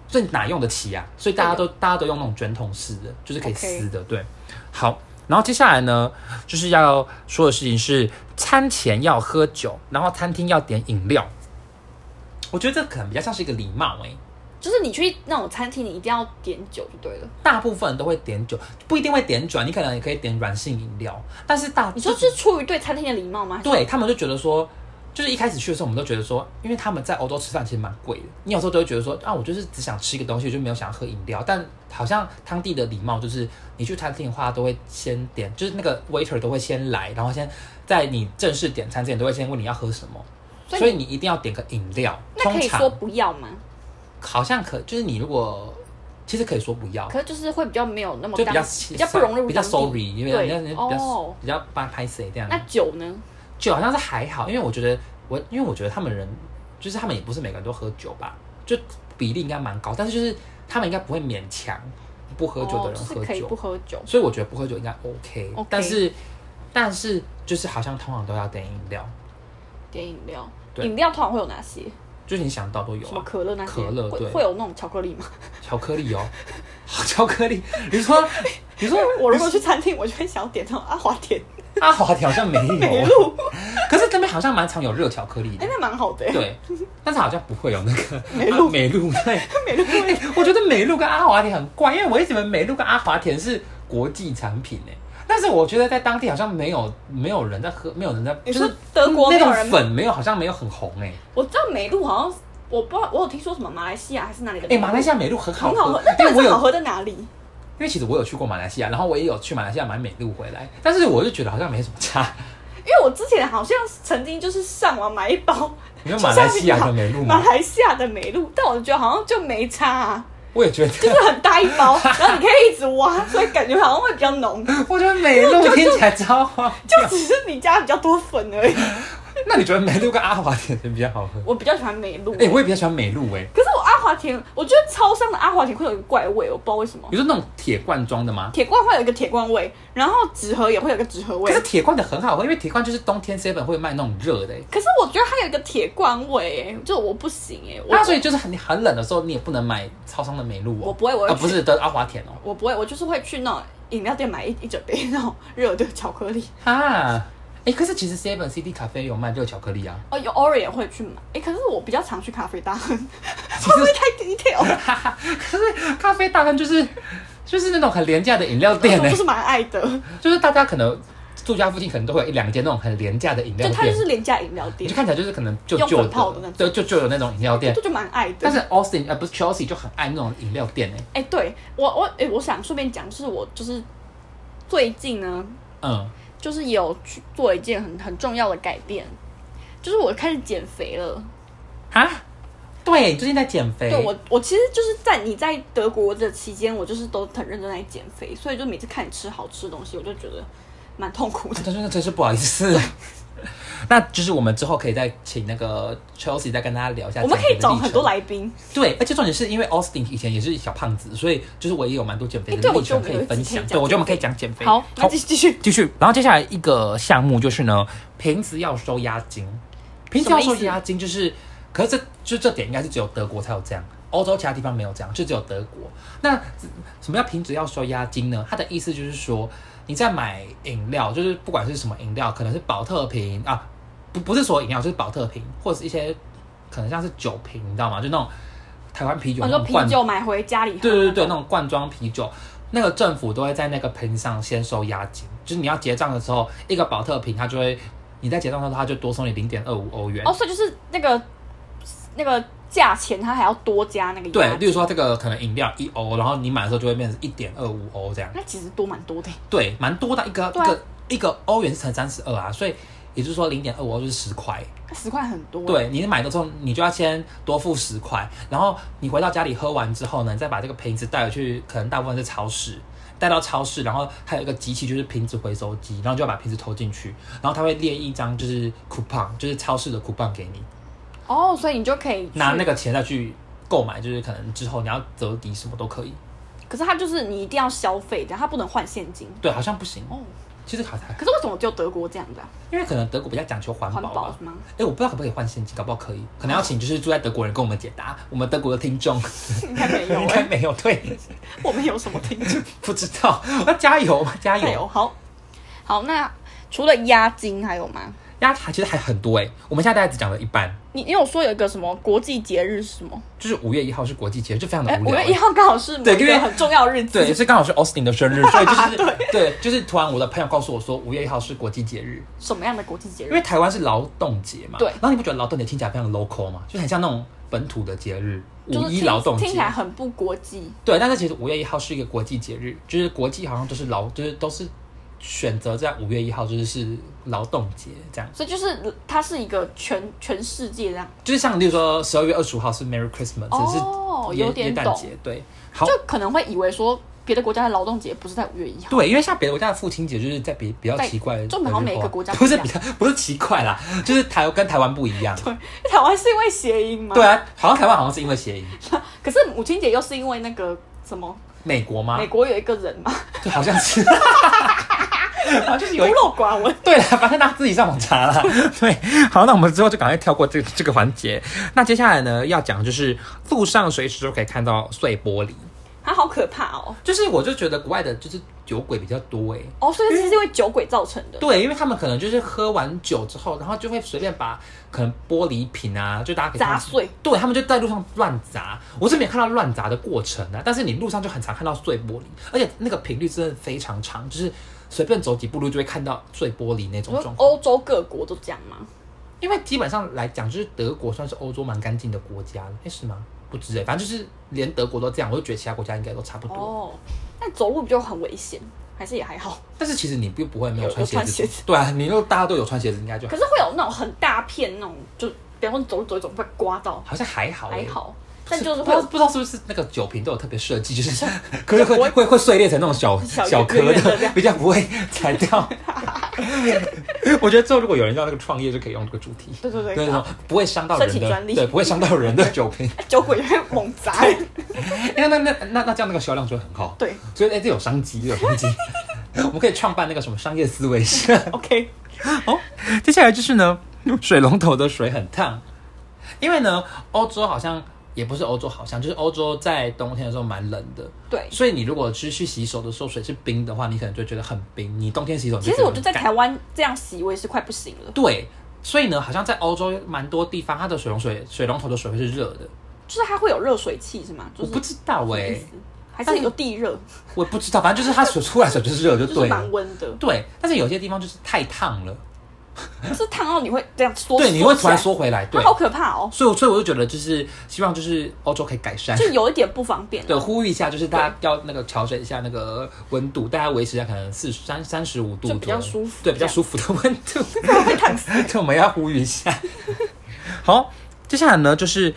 所以哪用得起啊？所以大家都大家都用那种卷筒式的，就是可以 OK 撕的对，好。然后接下来呢，就是要说的事情是餐前要喝酒，然后餐厅要点饮料。我觉得这可能比较像是一个礼貌欸诶、就是你去那种餐厅，你一定要点酒就对了。大部分人都会点酒，不一定会点酒，你可能也可以点软性饮料，但是大你说是出于对餐厅的礼貌吗？还是对他们就觉得说，就是一开始去的时候，我们都觉得说，因为他们在欧洲吃饭其实蛮贵的，你有时候都会觉得说，啊，我就是只想吃一个东西，我就没有想要喝饮料。但好像当地的礼貌就是，你去餐厅的话都会先点，就是那个嗯 waiter 都会先来，然后先在你正式点餐之前都会先问你要喝什么，所以所以你一定要点个饮料。那可通以常说不要吗？好像可就是你如果其实可以说不要。可是就是会比较没有那么就比较刚比较不融入比较人群 sorry，因为人家人对家比较、哦。比较拍拍谁这样。那酒呢？酒好像是还好，因为我觉得我，因为我觉得他们人，就是他们也不是每个人都喝酒吧，就比例应该蛮高，但是就是他们应该不会勉强不喝酒的哦人就是喝可以酒，不喝酒。所以我觉得不喝酒应该 OK, OK 但是但是就是好像通常都要点饮料，点饮料，对饮料通常会有哪些？就是你想到都有什么啊，可乐那些？可乐会对会有那种巧克力吗？巧克力哦，好巧克力，你说你说 我如果去餐厅，我就会想要点那种阿华田阿华田好 像没 美有，啊露，可是这边好像蛮常有热巧克力哎、的，那蛮好的耶。对，但是好像不会有那个 美露啊美露对。 哎美露会我觉得美露跟阿华田很怪，因为我一直以为美露跟阿华田是国际产品诶、但是我觉得在当地好像没有没有人在喝，没有人在，你就说是德国那没有种人粉没有，好像没有很红欸诶、我知道美露好像是我不知道，我有听说什么马来西亚还是哪里的欸。美露？马来西亚美露很好嗯很好喝喝，那，因为到我底是有，好喝在哪里？因为其实我有去过马来西亚，然后我也有去马来西亚买美露回来，但是我就觉得好像没什么差。 因为我之前好像曾经就是上网买一包你说马来西亚的美露马吗？来西亚的美露，但我觉得好像就没差、啊，我也觉得， 就是很大一包，然后你可以一直挖，所以感觉好像会比较 浓，我觉得美露听起来超荒就谬。只是你加比较多粉 而已。那你觉得美露跟阿华田谁比较好喝？我比较喜欢美露，哎、我也比较喜欢美露诶、可是我阿华田，我觉得超商的阿华田会有一个怪味，我不知道为什么。你说那种铁罐装的吗？铁罐会有一个铁罐味，然后纸盒也会有一个纸盒味可是。铁罐的很好喝，因为铁罐就是冬天 seven 会卖那种热的、欸，可是我觉得它有一个铁罐味、欸，就我不行哎、我那所以就是很很冷的时候，你也不能买超商的美露哦、我不会我会啊不是的阿华田哦、我不会，我就是会去那种饮料店买一一整杯那种热的巧克 力。哈，哎、可是其实 seven CD 咖啡有卖热巧克力啊，哦，有偶尔也会去买。哎、可是我比较常去咖啡 大亨，其会不会太 detail？了 哈哈， 可是咖啡大亨就是就是那种很廉价的饮料店我呢、 就是蛮爱的，就是大家可能住家附近可能都会有一两间那种很廉价的饮料就它店就，是廉价饮料你店就，看起来就是可能就用旧粉泡的那种对，就旧的那种饮料店这。就蛮爱的。但是 Austin 呃不是 Chelsea 就很爱那种饮料店哎、哎、对我我哎、我想顺便讲，就是我就是最近呢，嗯，就是有去做一件很很重要的改变，就是我开始减肥了。啊，对，你最近在减肥，对我，我其实就是在你在德国的期间，我就是都很认真在减肥，所以就每次看你吃好吃的东西，我就觉得蛮痛苦的。 真真的真是不好意思。 那就是我们之后可以再请那个 Chelsea 再跟大家聊一下。我们可以找很多。来宾，对，而且重点是因为 Austin 以前也是小胖子，所以就是我也有蛮多减肥哎的对我历觉得我程可们以有一分集可以享。讲对，我觉得我减们可以讲减肥。好，那继续继续。继续。然后接下来一个项目就是呢，瓶子要收押金。瓶子要收什么意思押金就是，可是这就这点应该是只有德国才有这样，欧洲其他地方没有这样，就只有德国。那什么叫瓶子要收押金呢？它的意思就是说，你在买饮料，就是不管是什么饮料，可能是保特瓶啊，不不是所有饮料，就是保特瓶或者是一些可能像是酒瓶，你知道吗？就那种台湾啤酒我哦那说种啤罐酒哦买回家里喝，对对对，那种罐装啤酒，那个政府都会在那个瓶上先收押金，就是你要结账的时候，一个保特瓶它就会，你在结账的时候它就多收你零点二五欧元。哦，所以就是那个那个价钱，它还要多加那个对押，例如说这个可能饮料一欧，然后你买的时候就会变成一点二五欧这样。那其实多蛮多的。对，蛮多的，一个、对啊一个一个欧元是乘三十二啊，所以也就是说零点二五欧就是十块。那十块很多，，对，你买的时候你就要先多付十块，然后你回到家里喝完之后呢，你再把这个瓶子带回去，可能大部分是超市，带到超市，然后还有一个机器就是瓶子回收机，然后就要把瓶子投进去，然后它会列一张就是 coupon，就是超市的 coupon 给你，哦，所以你就可以去拿那，个钱再去购买，就是可能之后你要折抵什么都可以。可是它就是你一定要消费的，它不能换现金。对，好像不行，哦，其实好像还可可是为什么只有德国这样子啊？因为可能德国比较讲求环环保保啊吧。是吗？哎、我不知道可不可以换现金，搞不好可以，可能要请就是住在德国人跟我们解答，我们德国的听众应该没有 应哎、该没有对。我们有什么听众？不知道，要加油，加没有，油！好，好，那除了押金还有吗？压塔其实还很多哎、我们现在大概只讲了一半，你你有说有一个什么国际节日是什么？就是五月一号是国际节日，就非常的哎、无五聊、月一欸。号刚好是某对因一为个很重要的日子， 对，是刚好是 Austin 的生日，所以就是 对，就是突然我的朋友告诉我说五月一号是国际节日，什么样的国际节因日？为台湾是劳动节嘛。对然后你不觉得劳动节听起来非常 local 吗？就很像那种本土的节日，就五是一听劳动节听。起来很不国际。对，但是其实五月一号是一个国际节日，就是国际好像都是劳，就是都是选择在五月一号，就是是劳动节这样。所以就是它是一个全全世界这样，就是像例如说十二月二十五号是 Merry Christmas，、哦只是耶有点耶诞懂节，对，好就，可能会以为说别的国家的劳动节不是在五月一号， 对，因为像别的国家的父亲节就是在比比较在奇怪的日子就过啊，好像每个国家 不不一是样比较不是奇怪啦，就是台跟台湾不一样，对，台湾是因为谐音吗？对，啊，好像台湾好像是因为谐音，可是母亲节又是因为那个什么，美国吗美？国有一个人嘛，对，好像是， 好像就是 孤有一陋寡闻。对了，反正大家自己上网 查啦。对，好，那我们之后就赶快跳过这这个环节。那接下来呢，要讲就是路上随时都可以看到碎玻璃，他好可怕哦！就是我就觉得国外的就是酒鬼比较多哎、哦，所以这是因为酒鬼造成的。对，因为他们可能就是喝完酒之后，然后就会随便把可能玻璃瓶啊，就大家可以看到砸碎，对他们就在路上乱砸。我是没有看到乱砸的过程啊，但是你路上就很常看到碎玻璃，而且那个频率真的非常长，就是随便走几步路就会看到碎玻璃那种你说状况。欧洲各国都这样吗？因为基本上来讲，就是德国算是欧洲蛮干净的国家了，诶是吗？不知哎，反正就是连德国都这样，我就觉得其他国家应该都差不多。哦，但走路不就很危险？还是也还好？但是其实你并不会没有有穿有鞋穿子，鞋子对啊，你如果大家都有穿鞋子，应该就可是会有那种很大片那种，就比方说你走路走一走会刮到，好像还好欸诶还好。但就是不会知道有不知道是不是那个酒瓶都有特别设计，就是 可是会会会碎裂成那种小小小圆颗圆的这的，样 比较不会踩掉。 我觉得之后如果有人要那个创业，就可以用这个主题，对对对对，那种不会伤到申人请的专，利对，不会伤到人的酒 瓶。哎酒鬼就会猛砸。那那那那那这样那个销量就会很好。对所以哎、这有商机，这 有商机。我们可以创办那个什么商业思维社。 ，OK，哦，接下来就是呢，水龙头的水很烫，因为呢，欧洲好像也不是欧洲，好像就是欧洲在冬天的时候蛮冷的，对。所以你如果是去洗手的时候水是冰的话，你可能就觉得很冰。你冬天洗手，其实我就在台。台湾这样洗，我也是快不行了。对，所以呢，好像在欧洲蛮多地方，它的水龙水水龙头的水会是热的。就是它会有热水器是吗？就我是不知道哎、意思还是有地热，我不知道，反正就是它水出来的水就是热，就就是对了。蛮温的，对，但是有些地方就是太烫了，就是烫到你会这样缩，对，你会突然缩缩回来，起来，对它。好可怕哦，所以，所以我就觉得，就是希望就是欧洲可以改善就，有一点不方便。对，呼吁一下，就是大家要那个调整一下那个温度，大家维持一下可能四十三三十五度就比较左右舒服对，比这较样舒服的温度。 会烫死。这我们要呼吁一下。 好，接下来呢就是，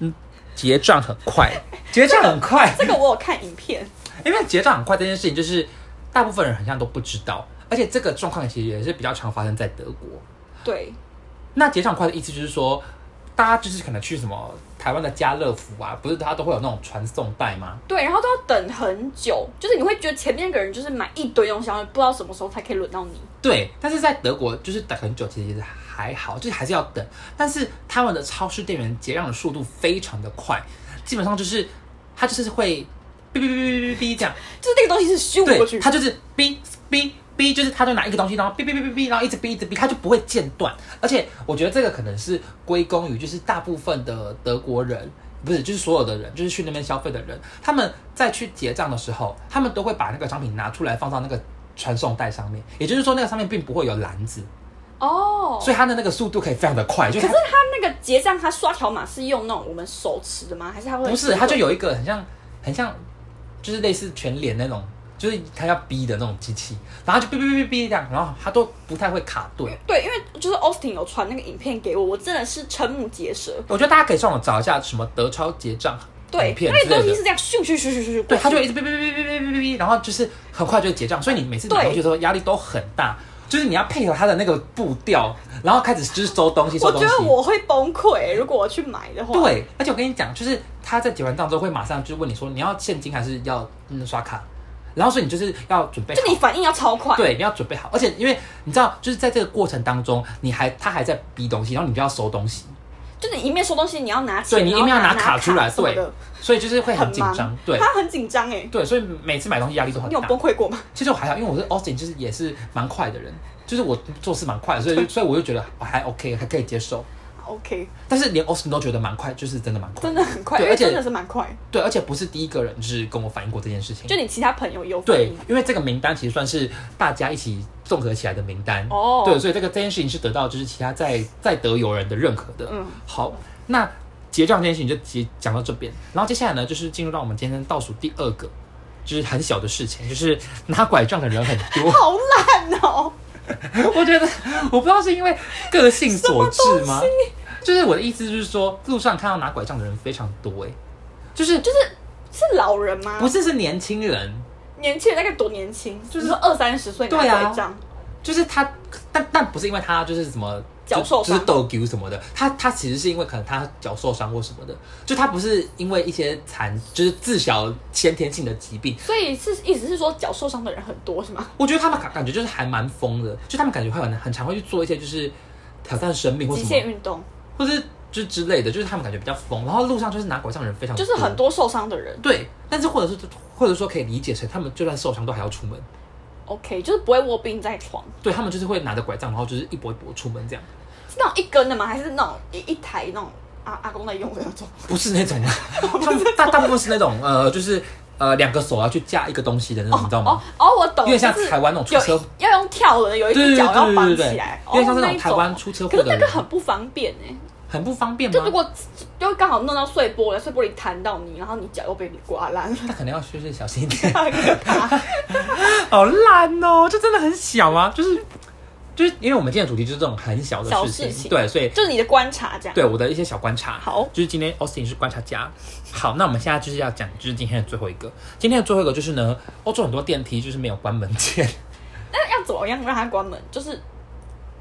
嗯，结账很快， 结账很快，这个我有看影片，因为结账很快这件事情，就是大部分人好像都不知道，而且这个状况其实也是比较常发生在德国。对，那结账快的意思就是说，大家就是可能去什么台湾的家乐福啊，不是大家都会有那种传送带吗？对，然后都要等很久，就是你会觉得前面那个人就是买一堆东西，然后不知道什么时候才可以轮到你。对，但是在德国就是等很久，其实还好，就是还是要等。但是他们的超市店员结账的速度非常的快，基本上就是他就是会哔哔哔哔哔哔这样，就是那个东西是咻过去对，，他就是哔哔哔，就是他就拿一个东西，然后哔哔哔哔哔，然后一直哔一直哔，他就不会间断。而且我觉得这个可能是归功于就是大部分的德国人。不是，就是所有的人，就是去那边消费的人，他们在去结账的时候，他们都会把那个商品拿出来放到那个传送带上面，也就是说，那个上面并不会有篮子，哦。所以它的那个速度可以非常的快。就可是是它他那个结账，他刷条码是用那种我们手持的吗？还是他会不是，它就有一个很像很像，就是类似全脸那种，就是它要逼的那种机器，然后它就哔哔哔哔这样，然后它都不太会卡顿。对，因为就是 Austin 有传那个影片给我，我真的是瞠目结舌。我觉得大家可以上网找一下什么德超结账对影，片那之个东西类的是。这样咻咻咻咻咻咻，对，它就一直哔哔哔哔哔哔哔哔，然后就是很快就结账，所以你每次拿对回去的时候压力都很大，就是你要配合它的那个步调，然后开始就是收东西，收我东觉西。得我会崩溃，如果我去买的话。，对，而且我跟你讲，就是他在结完账之后会马上就问你说你要现金还是要嗯刷卡，然后所以你就是要准备好就你反应要超快。，对，你要准备好，而且因为你知道，就是在这个过程当中，你还他还在逼东西，然后你就要收东西，就是你一面收东西，你要拿钱，对你一定要然后啊拿拿卡出来，什么对的，所以就是会很很紧张忙， 对他很紧张哎。对，所以每次买东西压力都很你有大崩。溃过吗？其实我还好，因为我是 Austin，就是也是蛮快的人，就是我做事蛮快的，所 以所以我就觉得我还 OK，还可以接受。 OK，但是连 Austin 都觉得蛮快，就是真的蛮快真，的很快，对因为而且真的是蛮快。对，而且不是第一个人就是跟我反映过这件事情就。你其他朋友有反对应，因为这个名单其实算是大家一起综合起来的名单哦对，所以这个这件事情是得到就是其他在在德游人的认可的。嗯，。好，那结账这件事情就结讲到这边，然后接下来呢就是进入到我们今天倒数第二个，就是很小的事情，就是拿拐杖的人很多好烂哦！ 我觉得我不知道是因为个性所致吗？就是我的意思就是说，路上看到拿拐杖的人非常多、欸，哎，就是就是是老人吗？不是是年轻人，年轻人大概多年轻，就是是说二三十岁拿对啊拐杖，就是他，但但不是因为他就是什么脚受就伤是斗丢什么的，他他其实是因为可能他脚受伤或什么的，就他不是因为一些残，就是自小先天性的疾病，所以是意思是说脚受伤的人很多是吗？我觉得他们感感觉就是还蛮疯的，就他们感觉会很很常会去做一些就是挑战生命或极什限么，啊运动或是就之类的，就是他们感觉比较疯，然后路上就是拿拐杖的人非常就是很多受伤的人对，但是或者是或者说可以理解成他们就算受伤都还要出门， ，OK，就是不会卧病在床，对他们就是会拿着拐杖，然后就是一跛一跛出门这样，是那种一根的吗？还是那种一一台那种阿阿公在用的那种？不是那种，啊 他们大大部分是那种呃，就是呃两个手要去架一个东西的那种，你知道哦吗？哦，我懂，有点像就是台湾那种出车有一要用跳的，有一对只对对脚要对绑对起对，来，有点像哦那那种一台湾出车可祸是的那个人，很不方便哎、很不方便就如吗？果就刚好弄到碎玻璃，碎玻璃弹到你，然后你脚又被你刮烂了，那可能要就是小心一 点。太可怕。 好烂哦，这真的很小啊，就是就是因为我们今天的主题就是这种很小的小事情，事情对，所以 就是你的观察这样。对我的一些小观察。好就是今天 Austin 是观察家。好，那我们现在就是要讲，就是今天的最后一个，今天的最后一个就是呢，欧洲很多电梯就是没有关门键， 那要怎么样让它关门？就是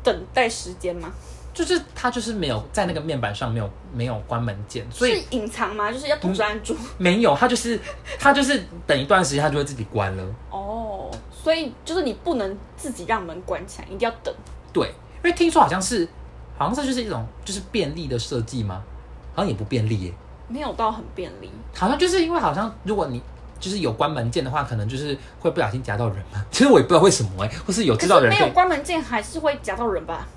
等待时间吗？就是它就是没有在那个面板上没有没有关门键，所是以隐藏吗？就是要同时按住？没有，它就是它就是等一段时间它就会自己关了。哦，所以就是你不能自己让门关起来，一定要等。对，因为听说好像是好像是就是一种就是便利的设计吗？好像也不便利耶、没有到很便利，好像就是因为好像如果你就是有关门键的话，可能就是会不小心夹到人嘛。 其实我也不知道为什么哎、或是有可知道是的没人可有以，关门键还是会夹到人吧？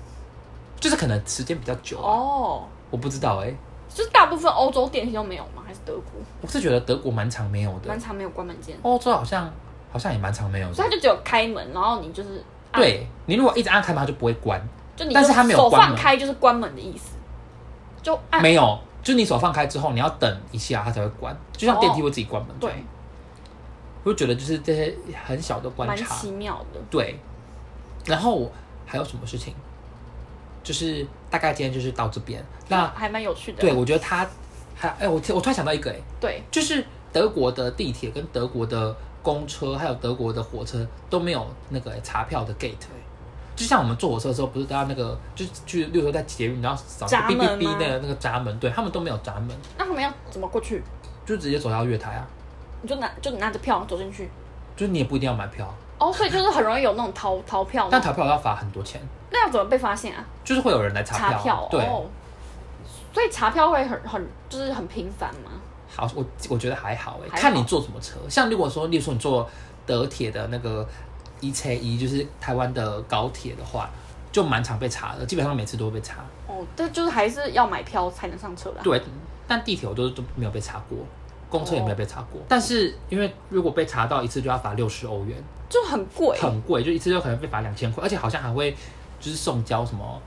就是可能时间比较久、哦，哦，我不知道哎、就是大部分欧洲电梯都没有吗？还是德国我是觉得德国蛮常没有的蛮，常没有关门键，欧洲好像好像也蛮常没有所以它。的就只有开门，然后你就是按，对你如果一直按开门，它就不会关，就你但是它没有手关放门开就是关门的意思，就按没有，就是你手放开之后，你要等一下它才会关，就像电梯哦会自己关门。对，，我就觉得就是这些很小的观蛮察，奇妙的。对，然后我还有什么事情？就是大概今天就是到这边。那还蛮有趣的。对，我觉得他还哎、我突我突然想到一个哎、对就是德国的地铁跟德国的公车，还有德国的火车都没有那个、哎查票的 gate、哎就像我们坐火车的时候，不是都要那个，就是去，例如说在捷运，然后扫那闸个哔门啊哔哔吗那个那个闸门，对他们都没有闸门，那他们要怎么过去？就直接走到月台啊，你就拿就拿着票走进去。就是你也不一定要买票，哦，所以就是很容易有那种逃逃票那但种。逃票要罚很多钱，那要怎么被发现啊？就是会有人来查查票，啊票对，哦。所以查票会很很就是很频繁吗？好，我我觉得还好哎、还好看你坐什么车。像如果说，例如说你坐德铁的那个一车一，就是台湾的高铁的话，就蛮常被查的，基本上每次都会被查。哦，但就是还是要买票才能上车的啊、对，但地铁我都都没有被查过，公车也哦没有被查过。但是因为如果被查到一次就要罚六十欧元，就很贵，很贵，就一次就可能被罚两千块，而且好像还会就是送交什么，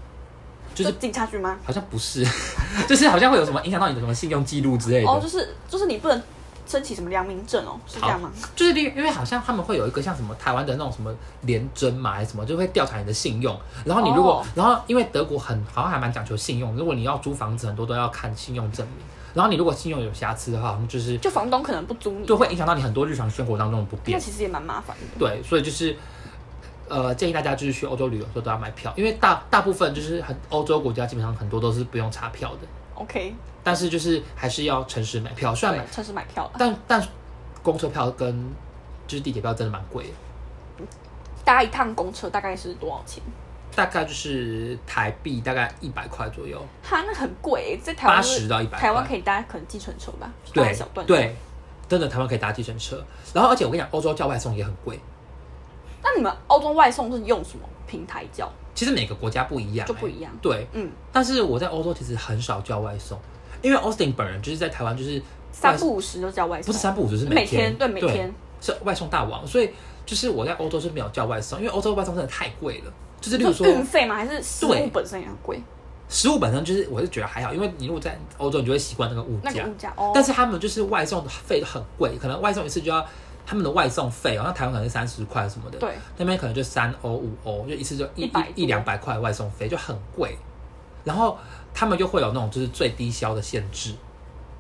就就是警察局吗？好像不是， 就是好像会有什么影响到你的什么信用记录之类的。哦，就是就是你不能申请什么良民证哦，是这样吗？就是例，因为好像他们会有一个像什么台湾的那种什么廉征嘛，还是什么，就会调查你的信用。然后你如果，哦然后因为德国很好像还蛮讲求信用，如果你要租房子，很多都要看信用证明。然后你如果信用有瑕疵的话，好像就是就房东可能不租你，就会影响到你很多日常生活当中的不那便。其实也蛮麻烦的。对，所以就是。呃，建议大家就是去欧洲旅游的时候都要买票，因为大大部分就是很欧洲国家基本上很多都是不用查票的， OK，但是就是还是要诚实买票。虽然买对，城市买票了，但但公车票跟就是地铁票真的蛮贵的，搭一趟公车大概是多少钱？大概就是台币大概一百块左右，哈，那很贵欸，在台湾八就是十到一百。台湾可以搭可能计程车吧，搭对一小段。，对，真的台湾可以搭计程车。然后而且我跟你讲，欧洲叫外送也很贵，那你们欧洲外送是用什么平台叫？其实每个国家不一样、就不样。一样。对，嗯，但是我在欧洲其实很少叫外送，因为 Austin 本人就是在台湾就是三外不五十就叫外送，不是三不五就是每天对每天，是外送大王，所以就是我在欧洲是没有叫外送，因为欧洲外送真的太贵了。就是例如就说运费吗？还是食物对本身也很贵？食物本身就是我是觉得还好，因为你如果在欧洲，你就会习惯那个物价。那个物价哦，但是他们就是外送的费很贵，可能外送一次就要他们的外送费哦，那台湾可能是三十块什么的，，对，那边可能就三欧五欧，就一次就一100一一两百块外送费就很贵，然后他们就会有那种就是最低消的限制，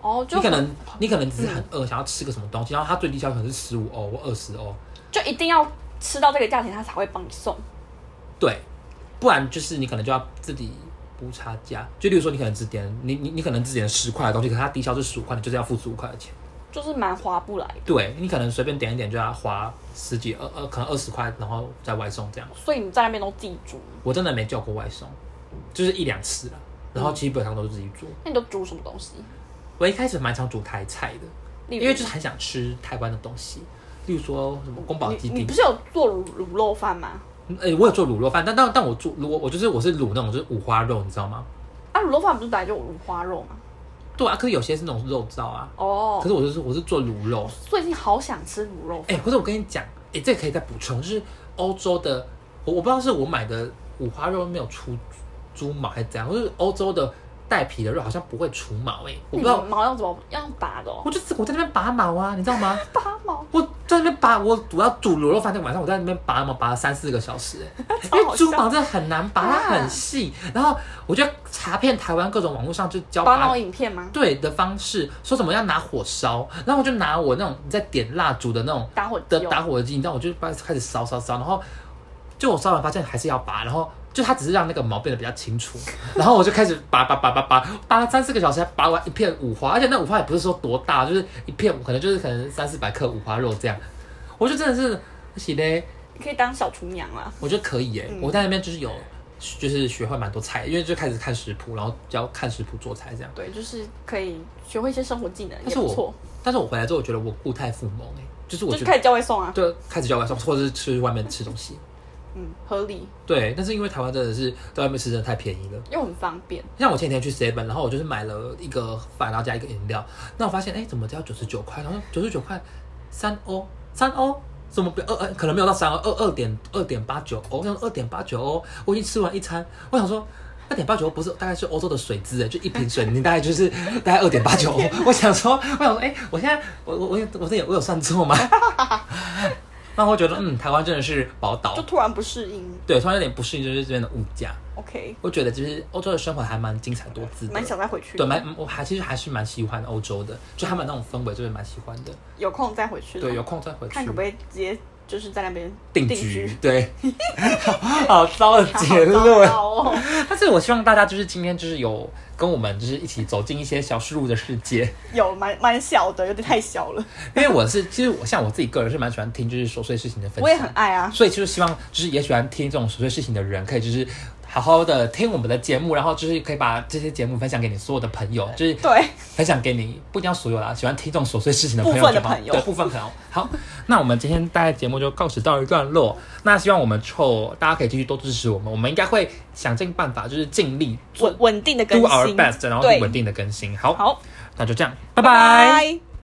哦，就你可很嗯能你可能只是很饿，想要吃个什么东西，然后它最低消可能是十五欧或二十欧，就一定要吃到这个价钱，他才会帮你送。对，不然就是你可能就要自己估差价。就例如说，你可能只点你你你可能只点十块的东西，可是它低消是十五块，你就是要付十五块的钱。就是蛮划不来的。对你可能随便点一点就要花十几二二可能二十块，然后再外送这样。所以你在那边都自己煮，我真的没叫过外送，就是一两次了，然后基本上都是自己煮。那你都煮什么东西？我一开始蛮常煮台菜的，例如因为就是很想吃台湾的东西，例如说什么宫保你鸡你丁不。是有做卤卤肉饭吗？哎、我有做卤肉饭，但但但我做我我就是我是卤那种就是五花肉，你知道吗？啊，卤肉饭不是本来就有五花肉吗？对啊，可是有些是那种肉燥啊，哦可，是我就是我是做卤肉。最近好想吃卤肉饭。哎、或者我跟你讲，哎、这个可以再补充，就是欧洲的，我我不知道是我买的五花肉没有出猪毛还是怎样，就是欧洲的带皮的肉好像不会除毛、哎，我不知道你，毛要怎么要用拔的哦？我就我在那边拔毛啊，你知道吗？拔毛，我在那边拔，我我要煮卤肉饭，那个晚上我在那边拔毛，拔了三四个小时、哎 超好笑因为猪毛真的很难拔，它很细。然后我就查遍台湾各种网络上就教拔拔毛影片吗？对的方式，说怎么样拿火烧，然后我就拿我那种在点蜡烛的那种打火机的哦打火机，你知道，我就把开始烧烧烧，然后就我烧完发现还是要拔，然后就它只是让那个毛变得比较清楚，然后我就开始拔拔拔拔拔，拔了三四个小时才拔完一片五花，而且那五花也不是说多大，就是一片可能就是可能三四百克五花肉这样，我就真的是，而且嘞，你可以当小厨娘啊。我觉得可以耶、我在那边就是有就是学会蛮多菜，因为就开始看食谱，然后教看食谱做菜这样。对，就是可以学会一些生活技能，但也是不我错。，但是我回来之后，我觉得我固态复萌哎、就是我就是觉开得始叫外送啊，就开始叫外送，或者是去外面吃东西。嗯，合理，对，但是因为台湾真的是在外面吃真的太便宜了。又很方便。像我前几天去 seven，然后我就是买了一个饭，然后加一个饮料，那我发现哎、怎么只要九十九块？然后九十九块三欧，三欧。怎么不二二可能没有到三欧二二点二点八九欧，那二点八九欧，我已经吃完一餐，我想说二点八九欧不是大概是欧洲的水质哎，就一瓶水你大概就是大概二点八九欧，我想说我想说哎、我现在我我我有我这有我有算错吗？ 那我觉得嗯，台湾真的是宝岛就，突然不适应。对，突然有点不适应就是这边的物价， OK，我觉得就是欧洲的生活还蛮精彩多姿的，蛮想再回去，对，蛮嗯我还其实还是蛮喜欢欧洲的，就他们那种氛围，就是蛮喜欢的。有空再回去。对，有空再回去嗯看可不可以直接就是在那边定居居。。对，好糟的 结好论。糟哦，但是我希望大家就是今天就是有跟我们就是一起走进一些小事物的世界， 有蛮蛮小的，有点太小了。因为我是其实我像我自己个人是蛮喜欢听就是琐碎事情的分我也很享，爱啊，所以就是希望就是也喜欢听这种琐碎事情的人可以就是。好好的听我们的节目，然后就是可以把这些节目分享给你所有的朋友，就是对，分享给你，不一定要所有啦，喜欢听这种琐碎事情的朋友部分就的好，朋友对部分朋友。好，那我们今天大概节目就告辞到一段落。那希望我们臭大家可以继续多支持我们，我们应该会想尽办法，就是尽力做稳稳定的更 do our 新 best，然后对稳定的更新。好，好，那就这样，拜拜。拜